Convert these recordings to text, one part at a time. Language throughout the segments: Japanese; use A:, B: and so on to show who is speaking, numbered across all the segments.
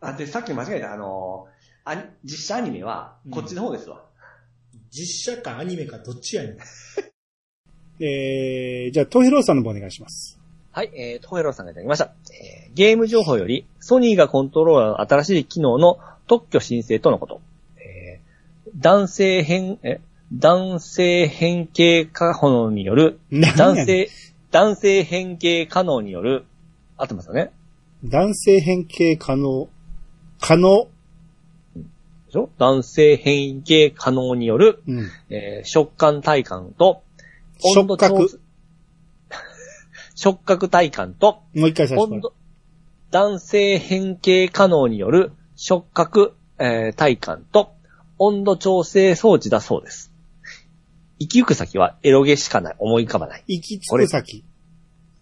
A: あ、で、さっき間違えた、あのー、あ、実写アニメは、こっちの方ですわ。
B: 実写かアニメかどっちやねん。
C: えー、じゃあ、トヘローさんの方お願いします。
D: はい、えー、トヘロさんがいただきました。えーゲーム情報より、ソニーがコントローラーの新しい機能の特許申請とのこと。えー男性変、え、男性変形可能による、
C: 何や
D: 男
C: ねん
D: 性、男性変形可能による、合ってますよね
C: 男性変形可能。可能。
D: でしょ男性変形可能による、
C: うん。
D: えー触感体感と、温度
C: 触覚
D: 調整 触覚体感と、
C: もう一回最初
D: 温
C: から。
D: 度、男性変形可能による触覚、えー体感と温度調整装置だそうです。行き行く先はエロゲしかない、思い浮かばない。
C: 行き着く先。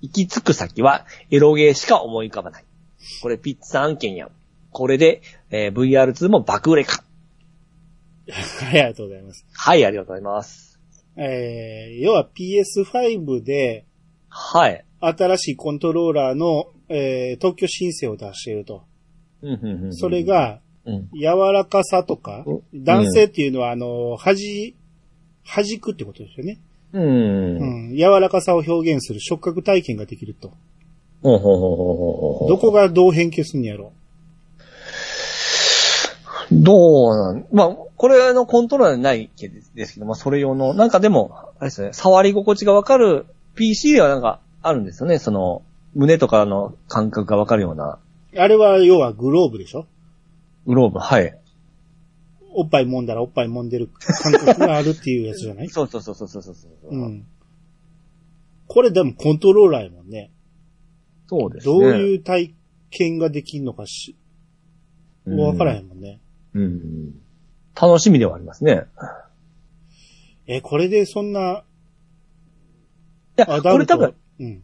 D: 行き着く先はエロゲしか思い浮かばない。これピッツァ案件やん。これで、えー VR2 も爆売れか。
C: はい、ありがとうございます。
D: はい、ありがとうございます。
C: えー、要は PS5 で
D: はい。
C: 新しいコントローラーの、えー、特許申請を出していると。
D: うんうんうんうん
C: それ、が、
D: うん、
C: 柔らかさとか
D: お、
C: 男性っていうのは、あの、弾、弾くってことですよね。
D: うん。
C: うん。柔らかさを表現する触覚体験ができると。
D: ほうほうほうほうほうほう
C: どこがどう変形するんやろ
D: どうなんまあ、これあのコントローラーじゃないけどですけど、まあ、それ用の、なんかでも、あれですね、触り心地がわかる PC ではなんかあるんですよね、その、胸とかの感覚がわかるような
C: あれは、要はグローブでしょ
D: グローブ、はい。
C: おっぱい揉んだらおっぱい揉んでる感覚があるっていうやつじゃない
D: そうそうそうそうそうそう そう、
C: うん。これでもコントローラーやもんね。
D: そうですね。、
C: どういうう体験ができんのかし、わからへんもんね。
D: うん。うん。楽しみではありますね。
C: え、これでそんない
D: や、
C: ア
D: こ
C: ダ
D: れ
C: ル
D: 多
C: ト。
D: 分、
C: うん。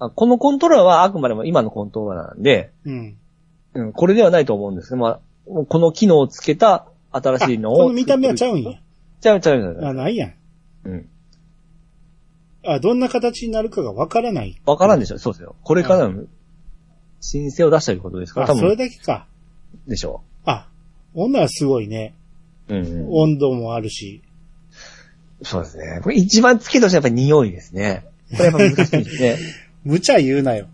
D: あこのコントローラーはあくまでも今のコントローラーなんで、
C: うん。
D: うん、これではないと思うんですけど、まあ、もうこの機能をつけた新しいの
C: あ
D: を。
C: この見た目はちゃうんや。。
D: ちゃうちゃうちゃうちゃ
C: あ、
D: う。
C: ないやん。
D: うん。
C: あ、どんな形になるかがわからない。
D: わからんでしょ、そうですよ。これからの申請を出したということですから、
C: あ、
D: 多
C: それ
D: 分
C: だけか。
D: でしょ
C: あ、女はすごいね。
D: う。うん、
C: 温度もあるし。
D: そうですね。これ一番つけとしてはやっぱり匂いです ね。これやっぱ難しいですね。
C: 無茶言うなよ。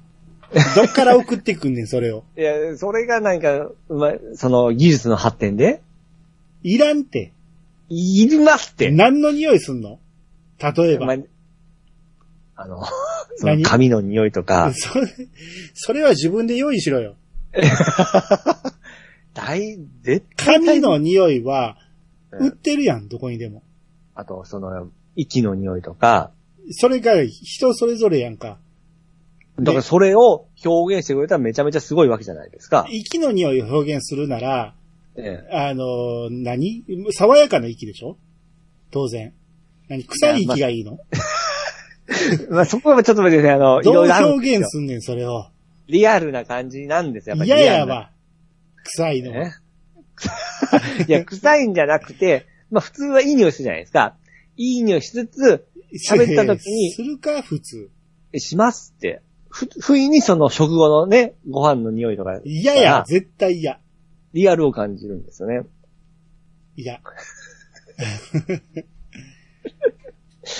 C: どっから送ってくんねん、それを。
D: いや、それがなんか、うまい、その技術の発展で、
C: いらんって。
D: いりますって。
C: 何の匂いすんの例え
D: ま
C: ば。
D: ああの、その髪の匂いとか、
C: それ、それは自分で用意しろよ。
D: 大、絶対
C: 髪の匂 いは、
D: うん
C: 売ってるやん、どこにでも。
D: あと、その、息の匂いとか、
C: それが人それぞれやんか。
D: だからそれを表現してくれたらめちゃめちゃすごいわけじゃないですか。
C: 息の匂いを表現するなら、
D: ええ
C: あの、何爽やかな息でしょ当然。何臭い息がいいの、
D: まあそこはちょっと待ってね、あの、い
C: ど
D: ろ
C: う
D: いろあるんです
C: 表
D: よ
C: 現すんねん、それを。
D: リアルな感じなんですよ。やっぱり
C: 嫌や
D: リア
C: わ。臭い
D: ル
C: の
D: な
C: は。
D: ね。 いや、臭いんじゃなくて、まあ普通はいい匂いするじゃないですか。いい匂いしつつ、喋った時に
C: するか、普通。
D: えしますって。ふ、不意にその食後のね、ご飯の匂いとか、
C: 嫌や、絶対嫌。
D: リアルを感じるんですよね。
C: 嫌。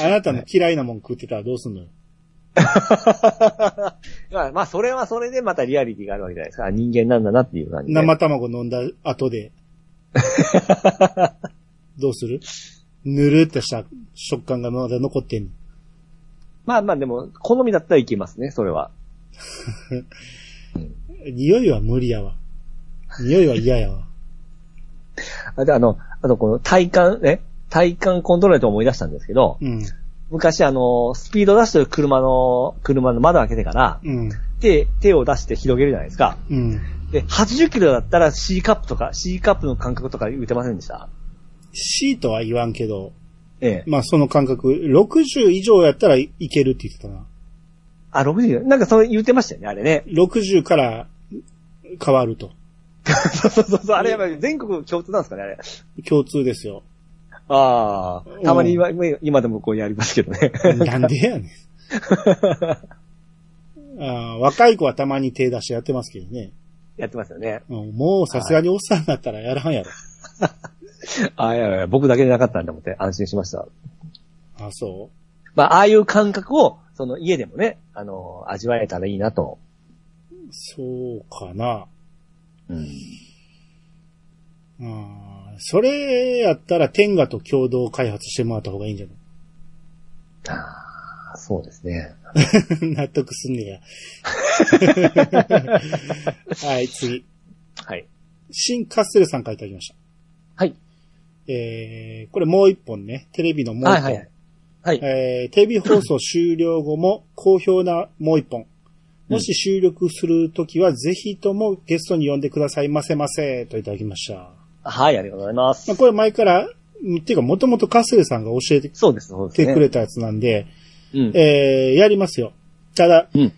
C: あなたの嫌いなもん食ってたらどうすんのよ。
D: まあ、まあそれはそれでまたリアリティがあるわけじゃないですか。あ人間なんだなっていう感じで。
C: 生卵飲んだ後 で。どうするぬるっとした食感がまだ残ってんの。
D: まあまあでも、好みだったらいけますね、それは。
C: 匂いは無理やわ。匂いは嫌やわ。
D: あで、あの、あとこの体感、ね、体感コントローラーと思い出したんですけど、
C: うん。
D: 昔あの、スピード出してる車の、車の窓開けてから、
C: うん。
D: 手、手を出して広げるじゃないですか。
C: うん。
D: で、80キロだったら C カップとか、C カップの感覚とか打てませんでした
C: シートは言わんけど、
D: ええ。
C: まあその感覚、60以上やったらいけるって言ってたな。
D: あ、60、なんかそれ言ってましたよね、あれね。
C: 60から変わると。
D: そうそうそうそう、あれやっぱり全国共通なんですかね、あれ。
C: 共通ですよ。
D: ああ、たまに今、今でもこうやりますけどね。
C: なんでやねん。あー若い子はたまに手出してやってますけどね。
D: やってますよね。
C: うんもうさすがにおっさんになったらやらんやろ。
D: ああ、いやいや、僕だけじゃなかったんだと思って安心しました。
C: あ、そ
D: まあ、ああいう感覚を、その家でもね、あの、味わえたらいいなと。
C: うそうかな。
D: うん。
C: うん。それやったら天下と共同開発してもらった方がいいんじゃない
D: ああ、そうですね。
C: 納得すんねや。はい、次。
D: はい。
C: 新カッセルさんからいただきました。
D: はい。
C: えー、これもう一本ね、テレビのもう一本。
D: はいはい。はい。
C: えー、テレビ放送終了後も好評なもう一本。もし収録するときは、ぜひともゲストに呼んでくださいませませ、といただきました。
D: はい、ありがとうございま
C: ますあ、。これ前から、うんっていうか、もともとカッセルさんが教えて
D: そうです、そうです、ね。
C: くれたやつなんで、
D: うん。
C: えー、やりますよ。ただ、
D: うん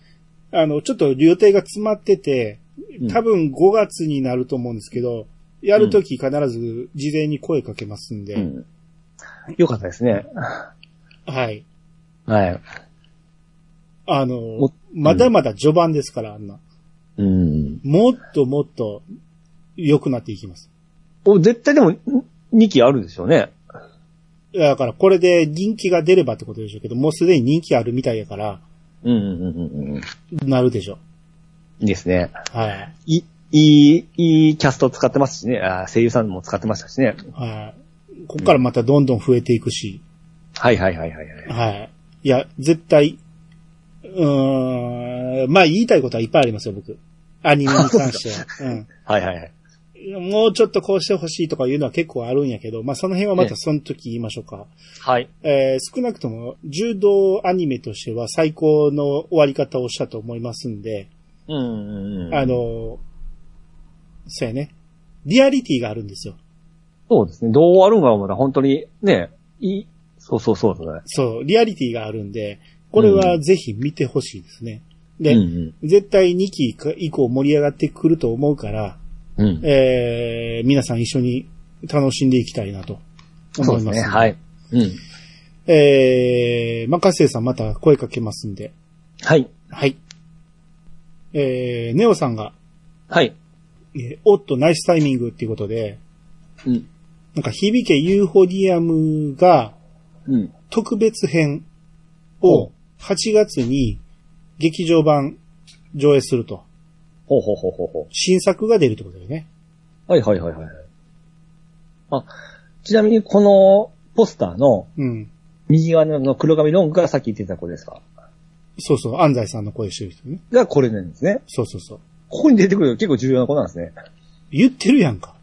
C: あの、ちょっと予定が詰まってて、
D: うん
C: 多分5月になると思うんですけど、やるとき必ず事前に声かけますんで、
D: うん。よかったですね。
C: はい。
D: はい。
C: あ
D: っ
C: の、まだまだ序盤ですから、あんな。
D: うん。
C: もっともっと良くなっていきます。
D: お、絶対でも、2期あるでしょうね。
C: いやだからこれで人気が出ればってことでしょうけど、もうすでに人気あるみたいやから、
D: うん、うん、うん、うん。い
C: なるでしょ
D: いですね。
C: う。はい。
D: い、いい、いいキャスト使ってますしね。あー声優さんも使ってましたしね。
C: はい。ここからまたどんどん増えていくし、
D: はいはいはいはい。はい
C: はい。いや、絶対、うーん、まあ言いたいことはいっぱいありますよ、僕。アニメに 関しては。
D: はいはいはい。
C: うん。もうちょっとこうしてほしいとかいうのは結構あるんやけど、まあその辺はま
D: ええ
C: たその時言いましょうか。
D: はい。
C: えー少なくとも柔道アニメとしては最高の終わり方をしたと思いますんで、
D: うん、うん、うん。
C: あ、の、そうやね。リアリティがあるんですよ。
D: そうですね。どうあるんかはまだ本当に、ね、いい、そうそうそうそう、ね。
C: そう、リアリティがあるんで、これはぜひ見てほしいですね。で、
D: うん
C: 絶対2期以降盛り上がってくると思うから、
D: うん、うん。
C: えー、皆さん一緒に楽しんでいきたいなと
D: そう
C: 思
D: で
C: い
D: す
C: ます。。
D: ね。はいい。うん。
C: えー、まかせいさんまた声かけますんで、
D: はい。
C: はい。えー、ネオさんが、
D: はい。
C: えーおっと、ナイスタイミングっていうことで、
D: うん。
C: なんか、響けユーフォリアムが
D: うん。
C: 特別編
D: ほ
C: を8月に劇場版上映すると。
D: ほうほうほうほうほう。
C: 新作が出るってことだよね。
D: はいはいはいはい。あ、ちなみにこのポスターの
C: うん。
D: 右側の黒髪ロングがさっき言ってた子ですか
C: そうそう、安西さんの声してる人ね。
D: がこれなんですね。
C: そうそうそう。
D: ここに出てくる結構重要な子なんですね。
C: 言ってるやんか。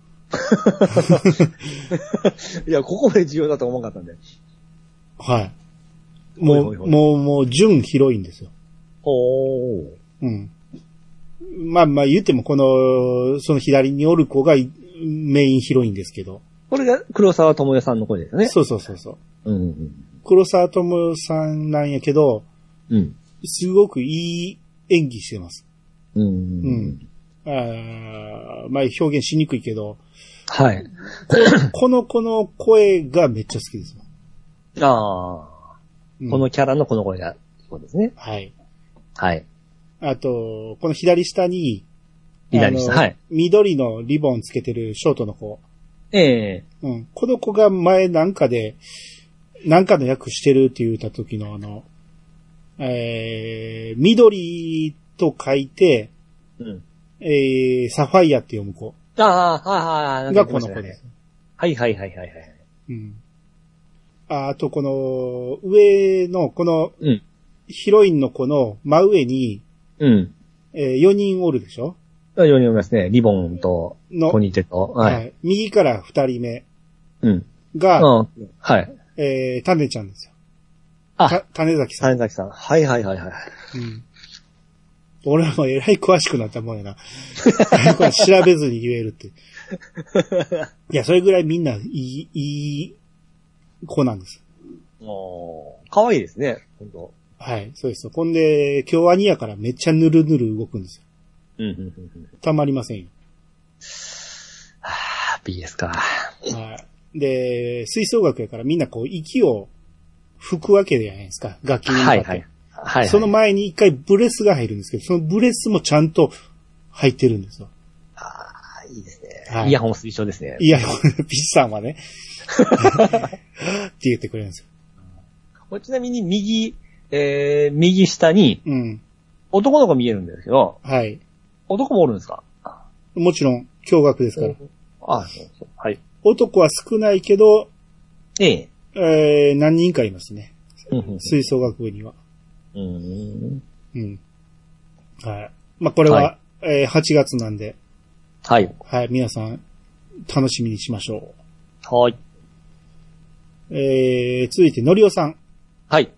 D: いや、ここまで重要だと思わなかったんで。
C: はい。も、
D: おいうおいおい
C: もう、もう、純ヒロインですよ。
D: おー。
C: うん。まあまあ言ってもこの、その左におる子がいメインヒロインですけど。
D: これが黒沢智代さんの声ですよね。
C: そうそうそうそう。
D: うんうん
C: 黒沢智代さんなんやけど、
D: うん。うん。
C: すごくいい演技してます。
D: うん
C: う
D: うんん。。
C: あーまあ表現しにくいけど、
D: はい。
C: この子の声がめっちゃ好きですよ。
D: あ
C: う
D: ー。
C: ん
D: このキャラのこの声が、そうですね。
C: はい。
D: はい。
C: あと、この左下に、
D: 左下
C: あの
D: はい
C: 緑のリボンつけてるショートの子。
D: ええ
C: うん。この子が前なんかで、なんかの役してるって言った時のあの、えー、緑と書いて、
D: うん。
C: えー、サファイアって読む子
D: あー、はいはいはい。なん
C: が
D: か言
C: こ
D: ってました
C: の子
D: ね
C: です。
D: はいはいはいはいはい。
C: うん。ああと、この、上の、この、
D: うん
C: ヒロインの子の真上に、
D: うん。
C: えー、4人おるでしょ
D: ように思いますね。リボンと、
C: の
D: ポニーテと。はい。
C: はい右から2人目
D: うん。
C: が、
D: うん。はい。
C: えー、種ちゃんですよ。
D: あ
C: た、種崎さん。
D: 種崎さん。はいはいはいはい。
C: うん。俺はもうえらい詳しくなったもんやな。 これ調べずに言え るって。いや、それぐらいみんないい、いい子なんです。
D: おー。かわいいですね。本当
C: はい、そうですよ。ほんで、京アニやからめっちゃぬるぬる動くんですよ。
D: うんうんうんうん。
C: たまりませんよ。
D: あー、BS か。
C: はい。で、吹奏楽やからみんなこう息を吹くわけじゃないですか。楽器に向かっ
D: はい
C: て。
D: はい。はい。
C: その、前に一回ブレスが入るんですけど、そのブレスもちゃんと入ってるんですよ。
D: いいですね。
C: はい
D: イヤホン推奨ですね。
C: いや、これピッチさんはね、って言ってくれるんですよ。
D: これちなみに右、えー、右下に
C: うん。
D: 男の子見えるんですけど、
C: はい。
D: 男もおるんですか
C: もちろん、驚愕ですから。
D: あ、そうそう。はい。
C: 男は少ないけど、
D: ええ。
C: えー、何人かいますね。
D: うんうん
C: 吹奏楽部には。
D: うん
C: うん。はい。まあ、これは、えー8月なんで、
D: はい。
C: はい、皆さん、楽しみにしましょ
D: はい。
C: う。えー、続いて、のりおさん。
D: はい。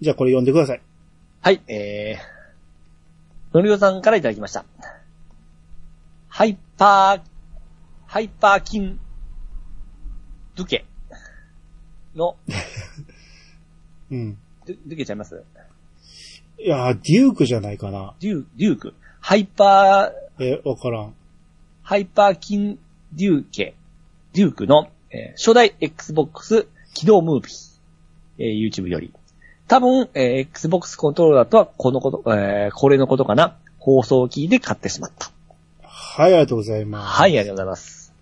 C: じゃあこれ読んでください。
D: はい、えー、のりおさんからいただきました。ハイパー、ハイパーキン、ドゥケの、
C: うん。
D: ドゥドゥケちゃいます
C: いやー、デュークじゃないかな。
D: デュー、デューク。ハイパー、
C: えー、わからん。
D: ハイパーキン、デューケ、デュークの、えー初代 Xbox 起動ムービー、えー YouTube より。多分、えー Xbox コントローラーとはこのこと、えーこれのことかな。放送を聞いて買ってしまった。
C: はい、ありがとうございます。
D: はい、ありがとうございます。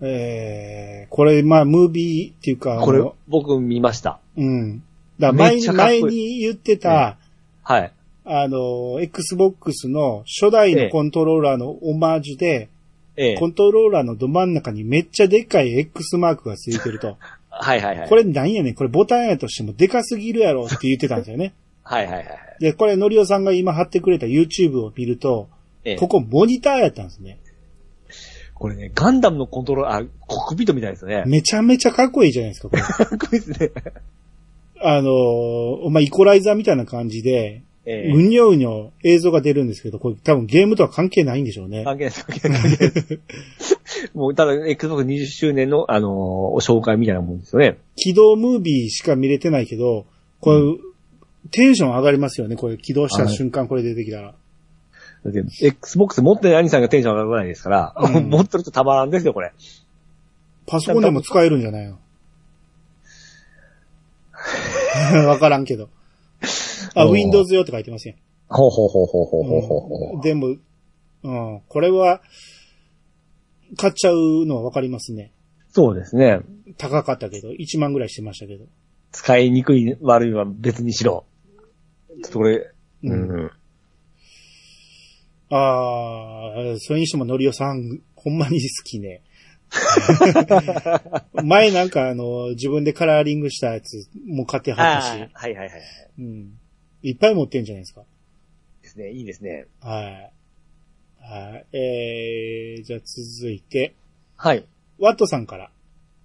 C: えー、これ、まあ、ムービーっていうか、
D: これ
C: あの、
D: 僕見ました。
C: うん。だから前
D: めっ
C: に、
D: ちゃかっこいい
C: 前に言ってた、
D: はい。
C: あの、Xbox の初代
D: え
C: の
D: え
C: コントローラーのオマージュで、
D: ええ。
C: コントローラーのど真ん中にめっちゃでっかい X マークがついてると。
D: はいはいはい。
C: これなんやねん、これボタンやとしてもでかすぎるやろって言ってたんです よね。
D: はいはいはい。
C: で、これ、のりおさんが今貼ってくれた YouTube を見ると、
D: ええ、
C: ここモニターやったんですね。
D: これね、ガンダムのコントローラー、あ、コックピットみたいですね。
C: めちゃめちゃかっこいいじゃないですか、これ。
D: かっこいいですね。
C: あのー、まあ、イコライザーみたいな感じで、
D: え
C: うにょうにょ映像が出るんですけど、これ多分ゲームとは関係ないんでしょう
D: え。
C: ね。
D: 関係ないです、関係ない関係ない です。もう、ただ、Xbox20 周年の、あのーお紹介みたいなもんですよね。
C: 起動ムービーしか見れてないけど、これ、テンション上がりますよね。これ起動した瞬間これ出てきたら。
D: だって、Xbox 持ってない兄さんがテンション上がらないですから、
C: うん
D: 持ってるとたまらんですよ、これ。
C: パソコンでも使えるんじ ゃないのわからんけど。あ、
D: おー
C: Windows 用って書いてません。
D: ほうほうほうほうほうほうほう
C: う
D: ほ
C: んでも、うん、これは、買っちゃうのはわかりますね。
D: う。そうですね。
C: 高かったけど、1万ぐらいしてましたけど。
D: 使いにくい、悪いは別にしろ。ちょっとこれ、
C: う
D: うんん。
C: ああ、それにしてものりおさん、ほんまに好き ね。前なんかあの、自分でカラーリングしたやつも買ってはった
D: あ
C: し、
D: あ、はいはいはい。
C: うん。いっぱい持ってんじゃないですか。
D: ですね、いいですね。
C: はい。はい。えー、じゃあ続いて、
D: はい。
C: ワットさんから。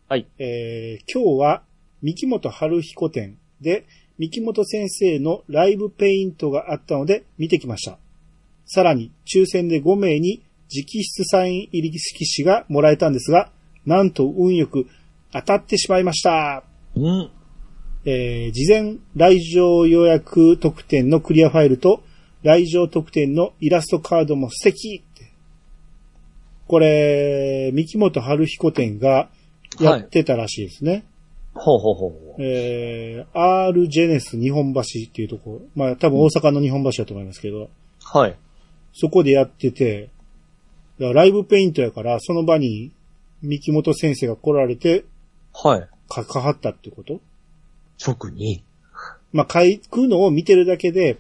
D: はい。
C: えー、今日は、三木本春彦展で、三木本先生のライブペイントがあったので、見てきました。さらに、抽選で5名に直筆サイン入り色紙がもらえたんですが、なんと運よく当たってしまいました。
D: うん。
C: えー事前来場予約特典のクリアファイルと、来場特典のイラストカードも素敵ってこれ、三木本春彦店がやってたらしいですね。
D: ほうほうほうほう。
C: えー、R ジェネス日本橋っていうところ。まあ多分大阪の日本橋だと思いますけど、
D: はい。
C: そこでやってて、だからライブペイントやから、その場に三木本先生が来られて
D: はい。
C: 書かはったってこと
D: 直に。
C: まあ書くのを見てるだけで、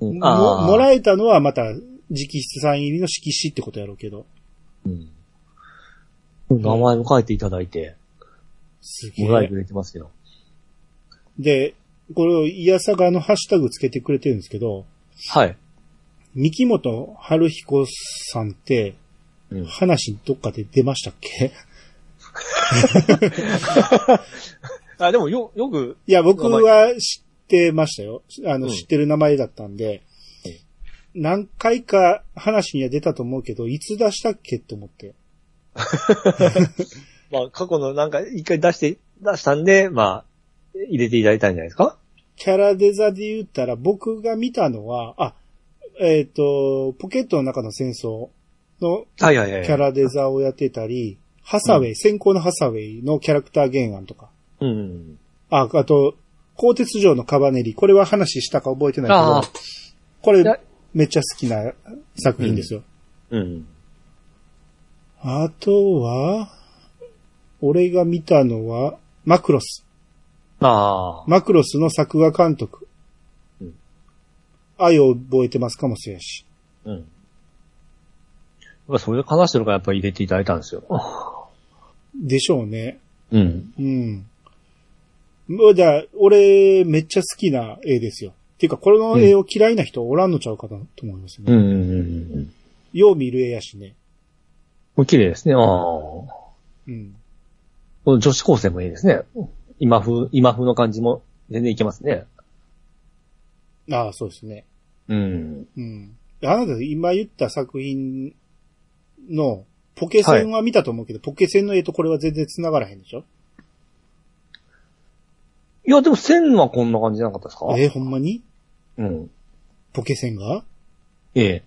D: うん
C: もも
D: え、
C: らえたのはまた直筆サイン入りの色紙ってことやろうけど。
D: うん名前も書いていただいて、
C: すげ
D: もらえ
C: え
D: てく。れてますけど。
C: で、これをイヤサガのハッシュタグつけてくれてるんですけど、
D: はい。
C: 三木本春彦さんって
D: うん
C: 話どっかで出ましたっ け
D: あ、でもよ、よく、
C: いや、僕は知ってましたよ。あの、
D: うん
C: 知ってる名前だったんで、何回か話には出たと思うけど、いつ出したっけと思って。
D: まあ、過去のなんか、一回出して、出したんで、まあ、入れていただいたんじゃないですか
C: キャラデザで言ったら僕が見たのは、あ、えっ、と、ポケットの中の戦争の
D: はいはいはい。
C: キャ。ラデザをやってたり、ハサウェイ、先行のハサウェイのキャラクター原案とか。
D: うん。
C: あ、あと、鋼鉄城のカバネリ、これは話したか覚えてない
D: あ
C: け
D: あ
C: ど、こ
D: いや
C: れめっちゃ好きな作品ですよ。
D: うん。
C: あとは、俺が見たのは、マクロス。
D: ああ。
C: マクロスの作画監
D: う
C: 督。
D: ん
C: 愛を覚えてますかもしれんし。
D: うん。やっぱそれで話してるからやっぱり入れていただいたんですよ。
C: でしょうね。
D: うん。
C: うん。もうじゃあ、俺、めっちゃ好きな絵ですよ。っていうか、この絵を嫌いな人おらんのちゃうかなと思います
D: う
C: ね。
D: んうんうんうん。
C: よう見る絵やしね。
D: もう綺麗ですね。ああ。こ
C: うん。
D: の女子高生もいいですね。今風、今風の感じも全然いけますね。
C: ああ、そうですね。
D: うん。
C: うん。あなた、今言った作品の、ポケセンは見たと思うけど、ポケセンの絵とこれは全然繋がらへんでしょ
D: いや、でも線はこんな感じじゃなかったですか
C: えーほんまに
D: うん。
C: ポケセンが
D: ええ。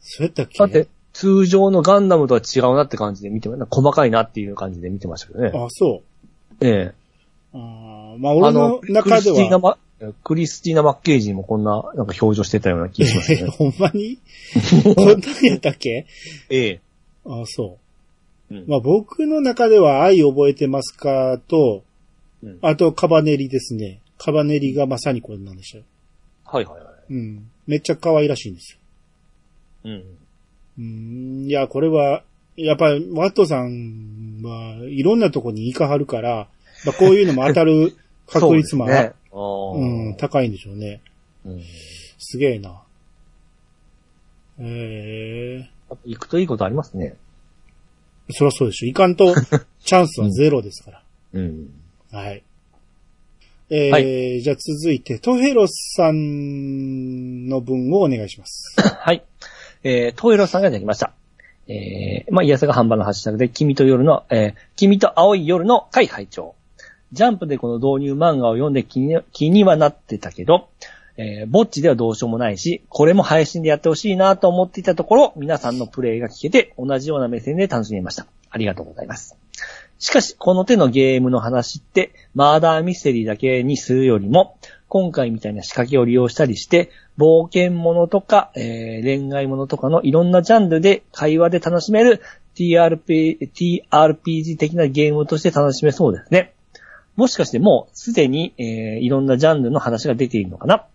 C: そうやったっけ
D: だって、通常のガンダムとは違うなって感じで見てま、なんか細かいなっていう感じで見てましたけどね。
C: あ、そ
D: ええ。
C: う。あーまあ、俺の中
D: クリ
C: で
D: スティーナ
C: は、
D: マクリスティーナ・マッケージもこんな、なんか表情してたような気がします
C: え
D: ね。
C: ほんまにこんなんやったっけ
D: ええ。
C: あーそう。
D: うん
C: まあ僕の中では愛覚えてますかと
D: うん、
C: あとカバネリですね。カバネリがまさにこれなんでしょ。
D: はいはいはい。
C: うん。めっちゃ可愛らしいんですよ。
D: うん。
C: うん。いや、これは、やっぱりワットさんはいろんなとこに行かはるから、まあこういうのも当たる確率も
D: そうです
C: あ
D: ね。あー
C: うん、高いんでしょうね。
D: うん。
C: すげえな。え
D: やっぱ行くといいことありますね。
C: えそりゃそうでしょ。行か んとチャンスはゼロですから。
D: うん。
C: はい。えー
D: は
C: じゃあ続いて、トヘロスさんの文をお願いします。
D: はい。えー、トイロさんができました。えー、まあ、癒せが半端のハッシュタグで、君と夜の、えー、君と青い夜の会拝聴ジャンプでこの導入漫画を読んで気に気にはなってたけど、えー、ぼっちではどうしようもないし、これも配信でやってほしいなと思っていたところ、皆さんのプレイが聞けて、同じような目線で楽しめました。ありがとうございます。しかし、この手のゲームの話って、マーダーミステリーだけにするよりも、今回みたいな仕掛けを利用したりして、冒険ものとか、えー恋愛ものとかのいろんなジャンルで会話で楽しめる TRP TRPG 的なゲームとして楽しめそうですね。もしかしてもうすでに、えーいろんなジャンルの話が出ているのかな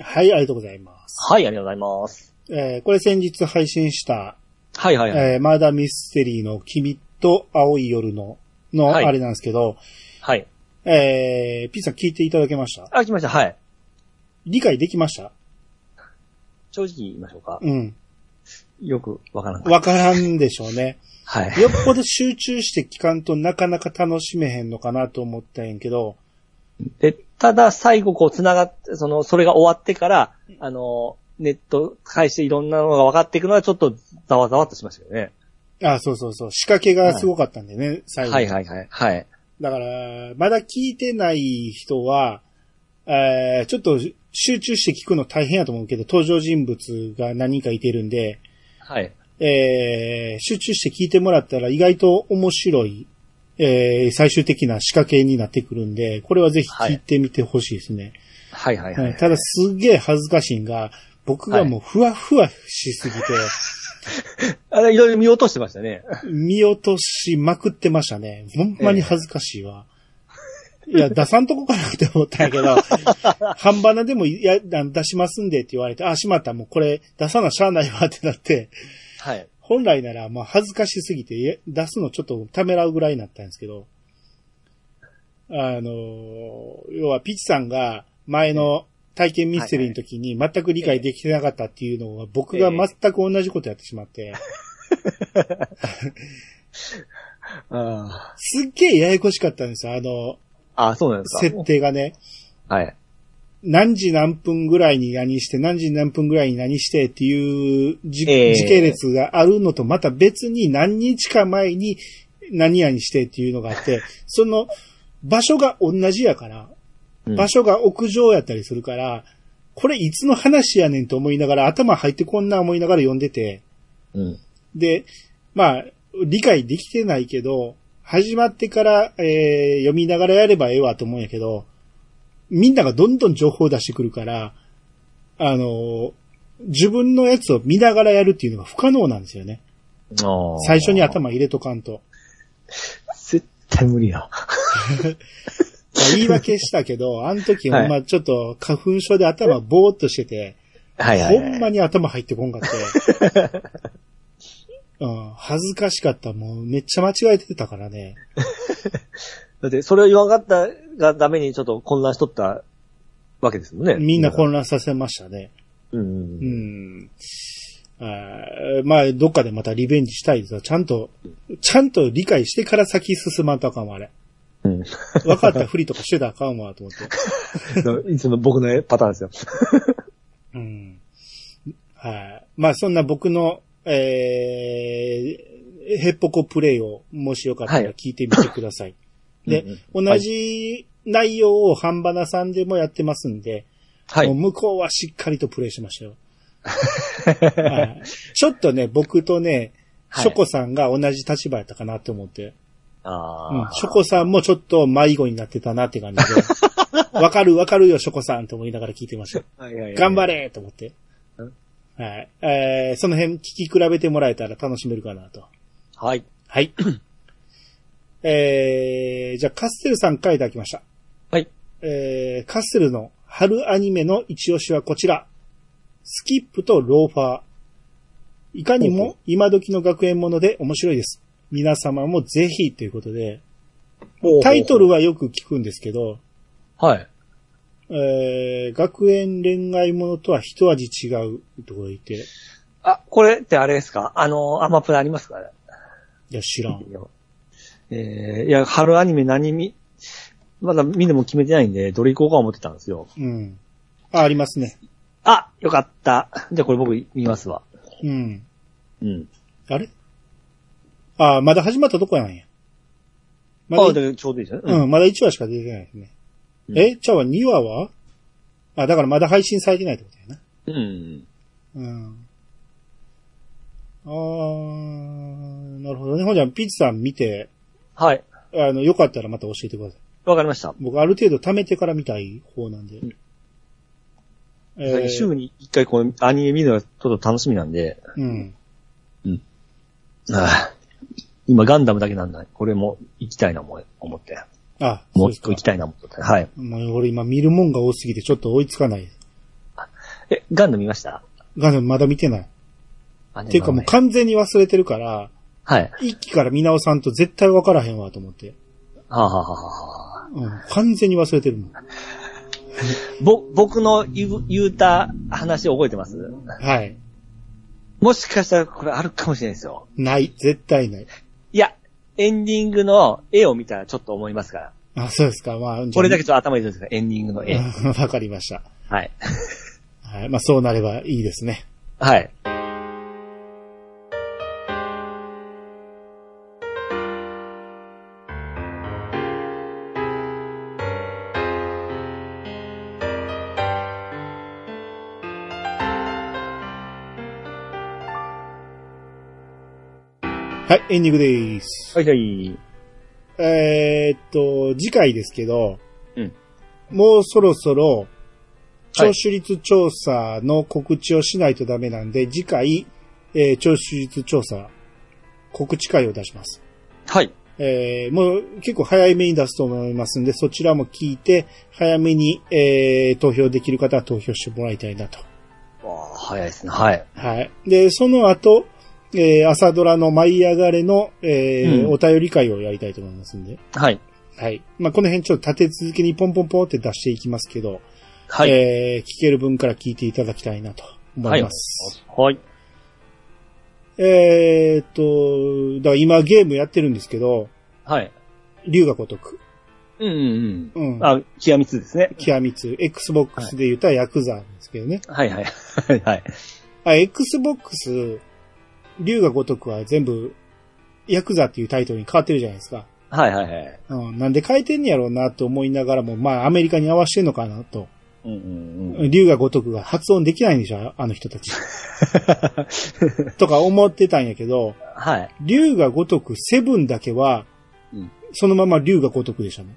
C: はい、ありがとうございます。
D: はい、ありがとうございます。
C: えーこれ先日配信した、
D: はいはいはい。
C: えーマーダーミステリーの君と青い夜の、の、
D: はい
C: あれなんですけど、
D: はい。
C: えー、P さん聞いていただけました
D: あ、来ました。はい。
C: 理解できました
D: 正直言いましょうか。
C: うん。
D: よくわからんかっ
C: わからんでしょ うね。
D: た。はい。
C: よっぽど集中して聞かんとなかなか楽しめへんのかなと思ったんやけど、
D: で、ただ最後こう繋がって、その、それが終わってから、あの、ネット返していろんなのが分かっていくのはちょっとざわざわっとしましたよね。
C: あ、そうそうそう、仕掛けがすごかったんでね、最後。
D: はいはいはい。はい。
C: だから、まだ聞いてない人は、えー、ちょっと集中して聞くの大変やと思うけど、登場人物が何人かいてるんで、
D: はい。
C: えー、集中して聞いてもらったら意外と面白い、えー、最終的な仕掛けになってくるんで、これはぜひ聞いてみてほしいですね。
D: はいはい
C: うん
D: はい。
C: ただすげえ恥ずかしいんが、僕がもうふわふわしすぎて、
D: あれ、いろいろ見落としてましたね。
C: 見落としまくってましたね。ほんまに恥ずかしいわ。いや、出さんとこかなって思ったんやけど、半端なでも、いや、あの出しますんでって言われて、あ、しまった、もうこれ出さなしゃあないわってなって、
D: はい。
C: 本来なら、まあ恥ずかしすぎて、いや出すのちょっとためらうぐらいになったんですけど、あのー、要はピチさんが前の体験ミステリーの時に全く理解できてなかったっていうのは、僕が全く同じことやってしまって、
D: あ
C: すっげえややこしかったんですよ、あの、
D: あ、そうなんです
C: 設
D: か。
C: 定がね、
D: はい。
C: 何時何分ぐらいに何して、何時何分ぐらいに何してっていうじ
D: ええ
C: 時系列があるのと、また別に何日か前に何々してっていうのがあって、 その場所が同じやから、
D: うん
C: 場所が屋上やったりするから、これいつの話やねんと思いながら、頭入ってこんな思いながら読んでて、
D: うん。
C: で、まあ、理解できてないけど、始まってから、えー読みながらやればええわと思うんやけど、みんながどんどん情報を出してくるから、あのー自分のやつを見ながらやるっていうのが不可能なんですよね。最初に。頭入れとかんと。
D: 絶対無理や。
C: まあ言い訳したけ ど、あの時ほんまちょっと花粉症で頭ぼーっとしてて、
D: はいはい、
C: ほ
D: はい。
C: んまに頭入ってこんかっ て。うん、恥ずかしかった。もうめっちゃ間違えてたからね。
D: だって、それを言わんかったがダメにちょっと混乱しとったわけですもんね。
C: みんな混乱させましたね。
D: う。
C: うんん。あーまあ、どっかでまたリベンジしたいですわちゃんと、ちゃんと理解してから先進まんとあかんわ、あれ。
D: うん。
C: 分かったふりとかしてたらあかんわ、と思って。
D: いつも僕のパターンですよ。
C: うん。はい。まあ、そんな僕の、えー、ヘッポコプレイを、もしよかったら聞いてみてください。で、
D: うん
C: 同じ内容を半ばなさんでもやってますんで、
D: は
C: もう
D: い。
C: 向こうはしっかりとプレイしましたよ。はいちょっとね、僕とね、
D: はい
C: ショコさんが同じ立場やったかなって思って、うん
D: ああ。
C: ショコさんもちょっと迷子になってたなって感じ で、わかるわかるよ、ショコさんと思いながら聞いてました。頑張
D: れ。
C: れと思って。はい。えー、その辺聞き比べてもらえたら楽しめるかなと。
D: はい。
C: はい。えー、じゃあカステルさん書いてあきました。
D: はい。
C: えー、カステルの春アニメの一押しはこちら。スキップとローファー。いかに
D: ほう
C: も今時の学園もので面白いです。皆様もぜひということで、タイトル
D: は
C: はよく聞くんですけど、
D: はい。
C: えー、学園恋愛ものとは一味違うところでいて、
D: あ、これってあれですかあの、アマプラありますかね
C: いや、知らん。
D: えー、いや、春アニメ何見、まだ見でも決めてないんで、どれ行こうか思ってたんですよ。
C: うん。あ、ありますね。
D: あ、よかった。じゃあこれ僕見ますわ。
C: うん。
D: うん。
C: あれあ、まだ始まったとこやんや。ま
D: あ、
C: だ、
D: でちょうどいいですね。
C: う
D: うん。
C: ん、まだ1話しか出てないですね。
D: うん
C: え、ちゃうわ、2話はあ、だからまだ配信されてないってことやな。
D: うん。
C: うん。あー、なるほどね。ほんじゃ、ピッチさん見て、
D: はい。
C: あの、よかったらまた教えてください。
D: わかりました。
C: 僕、ある程度貯めてから見たい方なんで。
D: ん
C: えー
D: 週に一回このアニメ見るのがちょっと楽しみなんで、
C: うん。
D: ああ今ガンダムだけなんだ。これも行きたいな思い思って。
C: あ、
D: も
C: そう
D: う
C: です
D: 一
C: か
D: 個行き。たいな思って。はい。
C: もう俺今見るもんが多すぎてちょっと追いつかない。
D: え、ガンダム見ました
C: ガンダムまだ見てない。
D: あ
C: ていうかもう完全に忘れてるから、
D: はい。
C: 一期から見直さんと絶対分からへんわと思って。
D: はあ、はあはあはあ、
C: うん、完全に忘れてるもん。
D: ぼ、僕の言う言うた話覚えてます
C: はい。
D: もしかしたらこれあるかもしれないですよ。
C: ない。絶対ない。
D: いや、エンディングの絵を見たらちょっと思いますから。
C: あ、そうですか。まあ、
D: これだけ
C: け。
D: ちょっと頭に入れてるんですけど、エンディングの絵。
C: うん わかりました。
D: はい。
C: はい。まあ、そうなればいいですね。
D: はい。
C: はい、エンディングです。
D: はいはい。
C: えーっと、次回ですけど、
D: うん
C: もうそろそろ、
D: はい
C: 聴取率調査の告知をしないとダメなんで、次回、えー聴取率調査、告知会を出します。
D: はい。
C: えーもう結構早めに出すと思いますんで、そちらも聞いて、早めに、えー投票できる方は投票してもらいたいなと。
D: わあ早いですね。はい。
C: はい。で、その後、えー朝ドラの舞い上がれの、えー
D: うん
C: お便り会をやりたいと思いますんで。
D: はい。
C: はい。まあ、この辺ちょっと立て続けにポンポンポンって出していきますけど、
D: はい。
C: えー聞ける分から聞いていただきたいなと思います。
D: はい。
C: えーっと、だから今ゲームやってるんですけど、
D: はい。
C: 龍が如く。
D: うんうん
C: う
D: うんん。。あ、極みつですね。
C: 極みつ、Xbox で言ったらヤクザなんですけどね。
D: はいはい。はいはい。
C: あ、Xbox、龍が如くは全部、ヤクザっていうタイトルに変わってるじゃないですか。
D: はいはいはい。
C: うん、なんで変えてんやろうなと思いながらも、まあアメリカに合わせてんのかなと。
D: うんうんうん。
C: 龍が如くが発音できないんでしょあの 人たち。とか思ってたんやけど、
D: はい。
C: 龍が如くセブンだけは
D: うん、
C: そのまま龍が如くでしたね。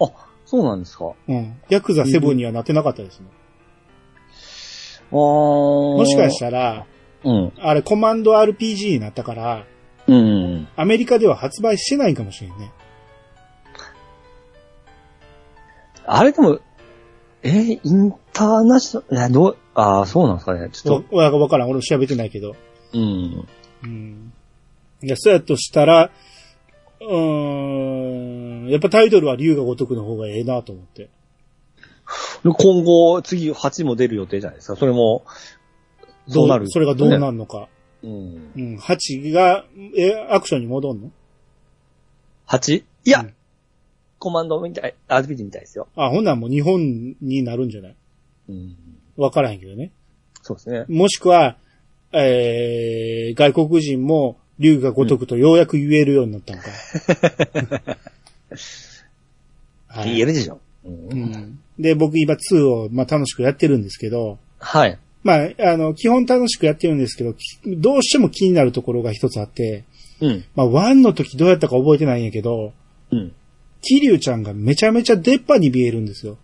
D: あ、そうなんですか。
C: うん。ヤクザセブンにはなってなかったですね。
D: あも
C: もしかしたら、
D: うん。
C: あれコマンド RPG になったから、
D: うん。
C: アメリカでは発売してないかもしれんね。
D: あれでも、えーインターナショナル、えどう、ああ、そうなんですかね。ちょっ
C: わわわからん。俺も調べてないけど。
D: と、うん。
C: うん。いや、そうやとしたら、うーん、やっぱタイトルは竜が如くの方がええなと思って。
D: 今後、次8も出る予定じゃないですか。それも、どうなる
C: それがどうなるのか。
D: うん。
C: うん。8が、え、アクションに戻んの
D: 8? いや、
C: うん
D: コマンドみたい、RPG みたいですよ。
C: あ、ほんならもう日本になるんじゃない
D: うん。
C: わからへんけどね。
D: そうですね。
C: もしくは、えー、外国人も竜が如くとようやく言えるようになったの か。は
D: 言えるでしょ。う。
C: うんんで、僕今2を、まあ、楽しくやってるんですけど、
D: はい。
C: まあ、あの、基本楽しくやってるんですけど、きどうしても気になるところが一つあって、
D: うん。
C: まあ、1の時どうやったか覚えてないんやけど、
D: うん。
C: キリュウちゃんがめちゃめちゃ出っ歯に見えるんです よ。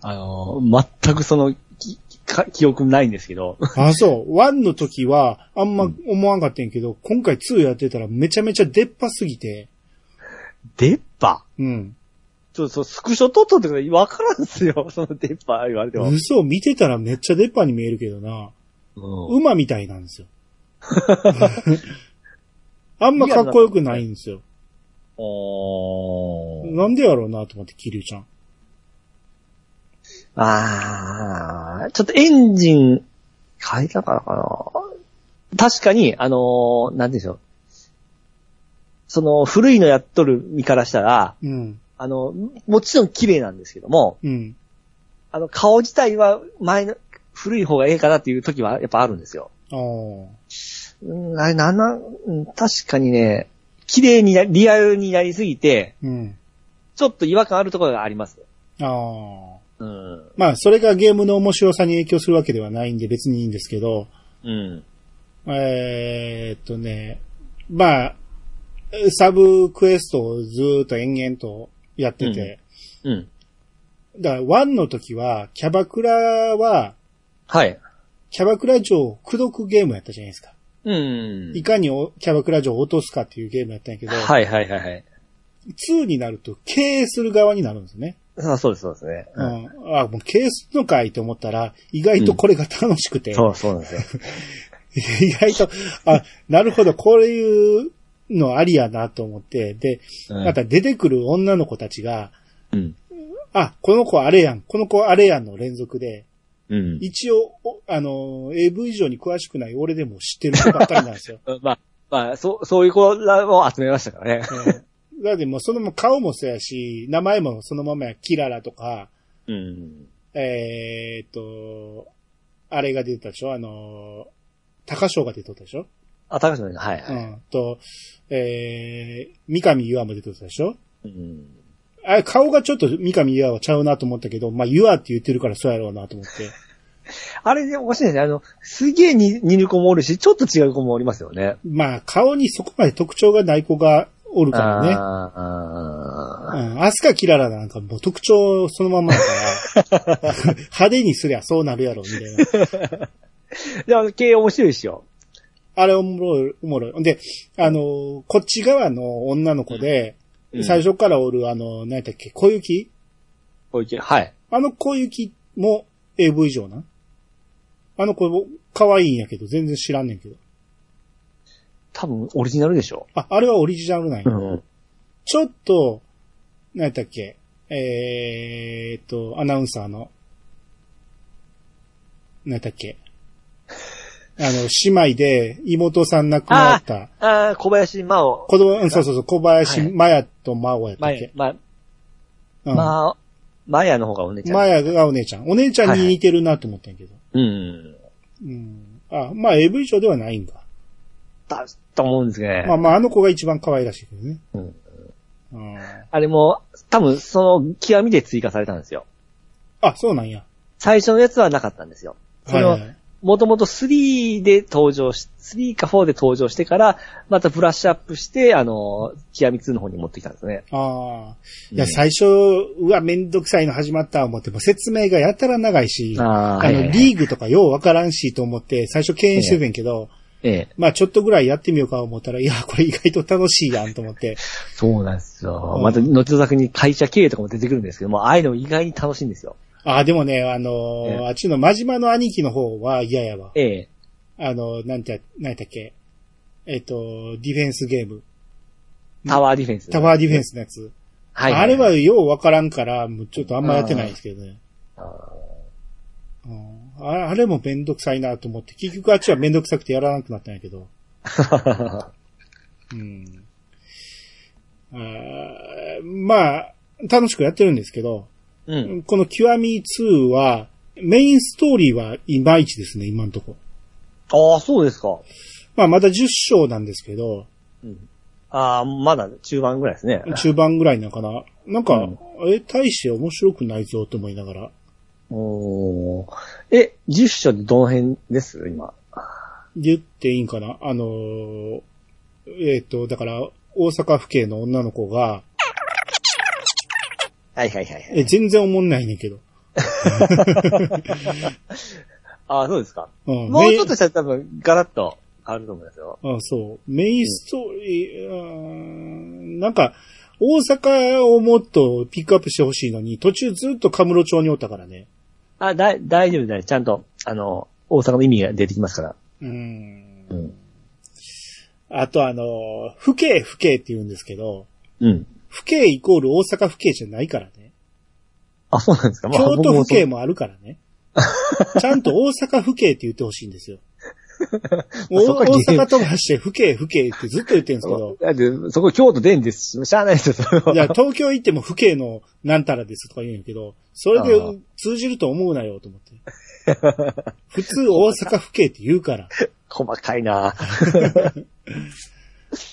D: あのー、全くその、きか記憶ないんですけど。
C: あ、そう。1の時は、あんま思わんかったんやけど、今回2やってたらめちゃめちゃ出っ歯すぎて、
D: 出っ歯
C: うん。
D: ちょっと、そう、スクショ撮っとってください。わからんっすよ。 その出っ歯言われても。
C: 嘘を見てたらめっちゃ出っ歯に見えるけどな、
D: うん
C: 馬みたいなん ですよ。あんまかっこよくないんですよ。
D: おー
C: なんでやろうなと思って、キリュウちゃん。
D: あー、ちょっとエンジン変えたからかな。確かに、あのー、なんでしょう。その、古いのやっとる身からしたら、
C: うん。
D: あの、もちろん綺麗なんですけども、
C: うん。
D: あの、顔自体は前の、古い方がええかなっていう時はやっぱあるんですよ。
C: あー
D: うん、あれ、なんなん、うん確かにね、綺麗にな、リアルになりすぎて、
C: うん。
D: ちょっと違和感あるところがあります。
C: ああ。
D: うん。
C: まあ、それがゲームの面白さに影響するわけではないんで別にいいんですけど、
D: うん。
C: えーっとね、まあ、サブクエストをずーっと延々とやってて、
D: うん。
C: だから1の時は、キャバクラは、
D: はい。
C: キャバクラ城を口説くゲームやったじゃないですか。
D: うん。
C: いかにおキャバクラ城を落とすかっていうゲームやったんやけど、
D: はいはいはいはい。
C: 2になると経営する側になるんですよね。
D: あそうですそうですね。
C: うん。あ、もう経営するのかいと思ったら、意外とこれが楽しくて、
D: そうそうなんですよ。
C: 意外と、あ、なるほど、こういうのありやなと思って、で、
D: うん
C: また出てくる女の子たちが、
D: うん。
C: あ、この子あれやん、この子あれやんの連続で、
D: うん。
C: 一応、おあの、AV 以上に詳しくない俺でも知ってる子ばっかりなんで すよ。
D: まあ、まあ、そう、そういう子らを集めましたからね。
C: うんだってもうそのまま顔もそうやし、名前もそのままや、キララとか、
D: うん。
C: えー、っと、あれが出てたでしょあの、高翔が出てたでしょ
D: あ、高橋のはいは
C: う
D: い。
C: ん。と、えー、三上優愛も出てたでしょ
D: うん。
C: あれ、顔がちょっと三上優愛はちゃうなと思ったけど、まあ、優愛って言ってるからそうやろうなと思って。
D: あれでおかしいですね。あの、すげえに似る子もおるし、ちょっと違う子もおりますよね。
C: まあ、顔にそこまで特徴がない子がおるからね。
D: あーあ
C: うん。アスカキララなんかもう特徴そのまんまだから、 派手にすりゃそうなるやろ、みたいな。
D: ー。で、あの、経営面白いっしょ。
C: あれおもろい、おもろい。んで、あのーこっち側の女の子で、
D: うん
C: 最初からおる、あのー、何やったっけ、小雪
D: 小池。はい。
C: あの小雪も AV 以上なんあの子も可愛いんやけど、全然知らんねんけど。
D: 多分、オリジナルでしょ。
C: あ、あれはオリジナルなんや。
D: うん。
C: ちょっと、何やったっけ、えーっと、アナウンサーの、何やったっけ、あの、姉妹で妹さん亡くなった、
D: ああ、小林真央。
C: 子供、うんそうそうそう、小林
D: はい
C: 麻也と真央やったっ
D: 前
C: け、、
D: ま、
C: うん
D: ま、マヤの方がお姉ちゃん。
C: 麻也がお姉ちゃん。お姉ちゃんに似てるなと思ったんやけど。
D: うん。
C: うん。あ、まあ AV 上ではないんだ。
D: だ、と思うんですね。
C: まあまああの子が一番可愛らしいけどね。
D: うん
C: うん
D: あれも、多分その極みで追加されたんですよ。
C: あ、そうなんや。
D: 最初のやつはなかったんですよ。それを
C: はいはい
D: もともと3で登場し、3か4で登場してから、またブラッシュアップして、あの、極み2の方に持ってきたんですね。
C: ああ。いや、
D: うん
C: 最初、うわ、めんどくさいの始まった思っても、説明がやたら長いし、あ
D: あー
C: の、リーグとかようわからんしと思って、最初敬遠しててんけど、
D: ええ。
C: まあちょっとぐらいやってみようか思ったら、いや、これ意外と楽しいやんと 思って、
D: そうなんですよ。
C: うん
D: また、後の作に会社経営とかも出てくるんですけども、ああいうのも意外に楽しいんですよ。
C: ああ、でもね、あのー
D: ええ
C: あっちの真島の兄貴の方は嫌やわ。
D: ええ。
C: あの、なんて、なんだっけ。えっ、と、ディフェンスゲーム。
D: タワーディフェンス。
C: タワーディフェンスのやつ。
D: はい。
C: あれはようわからんから、もうちょっとあんまやってないんですけどね。
D: あー、
C: うんああれもめんどくさいなと思って、結局あっちはめんどくさくてやらなくなったんや けど。うん。あーまあ、楽しくやってるんですけど、
D: うん。
C: この極み2は、メインストーリーはいまいちですね、今んとこ。
D: ああ、そうですか。
C: まあまだ10章なんですけど、
D: うん。ああ、まだ中盤ぐらいですね。
C: 中盤ぐらいなのかな。なんか、
D: うん
C: え、大して面白くないぞと思いながら。
D: おーえ、10章でどの辺です今。
C: 言っていいんかなあのーえっ、と、だから、大阪府警の女の子が、
D: はいはいはいはい。
C: え、全然思んないねんけど。
D: ああ、そうですか。
C: うん
D: もうちょっ
C: メイ
D: としたら多分、ガラッと変わると思いますよ。
C: あそう。メインストーリー、あーなんか、大阪をもっとピックアップしてほしいのに、途中ずっとカムロ町におったからね。
D: あ、だ、大丈夫です。ちゃんと、あの、大阪の意味が出てきますから。
C: うん
D: うん。
C: あとあのー、府警府警って言うんですけど、
D: うん。
C: 府警イコール大阪府警じゃないからね。
D: あ、そうなんですか。まあ
C: 京
D: 僕
C: 都
D: も
C: 府
D: そう
C: 警もあるからね。 ちゃんと大阪府警って言ってほしいんですよ。お
D: そこは
C: 大
D: ゲーム
C: 阪飛ばして府警府警ってずっと言ってるんですけど、
D: だって、そこ京都出んですし、しゃあないですよ、それは。
C: いや、東京行っても府警のなんたらですとか言うんやけど、それで
D: ああ
C: 通じると思うなよと思って。 普通大阪府警って言うから。
D: 細かいな
C: あ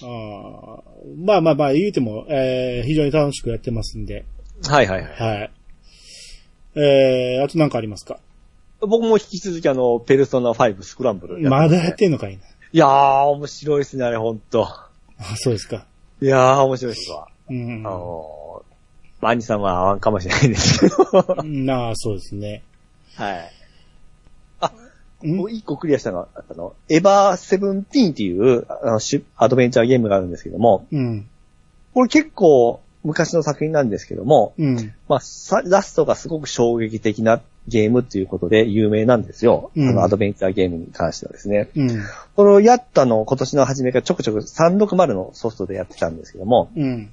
C: あまあまあまあ言うても、えー非常に楽しくやってますんで。
D: はいはいはい。
C: はい。えー、あとなんかありますか
D: 僕も引き続きあの、ペルソナ5スクランブルやって
C: ま
D: ますね、
C: だやってんのかいな。
D: いやー、面白いですね、あれ、ほんと。
C: あそうですか。
D: いやー、面白いっすわ。
C: うん。
D: あのー、まあ、兄さんは合わんかもしれないですけど。
C: なあ、そうですね。
D: はい。
C: ん
D: もう一個クリアしたのは、あの、エバーセブンティーンっていう、あの、シュアドベンチャーゲームがあるんですけども、
C: うん。
D: これ結構昔の作品なんですけども、
C: うん。
D: まあ、さラストがすごく衝撃的なゲームっていうことで有名なんですよ。
C: うん
D: あの、アドベンチャーゲームに関してはですね。
C: うん。
D: これをやったのを今年の初めからちょくちょく360のソフトでやってたんですけども、
C: うん。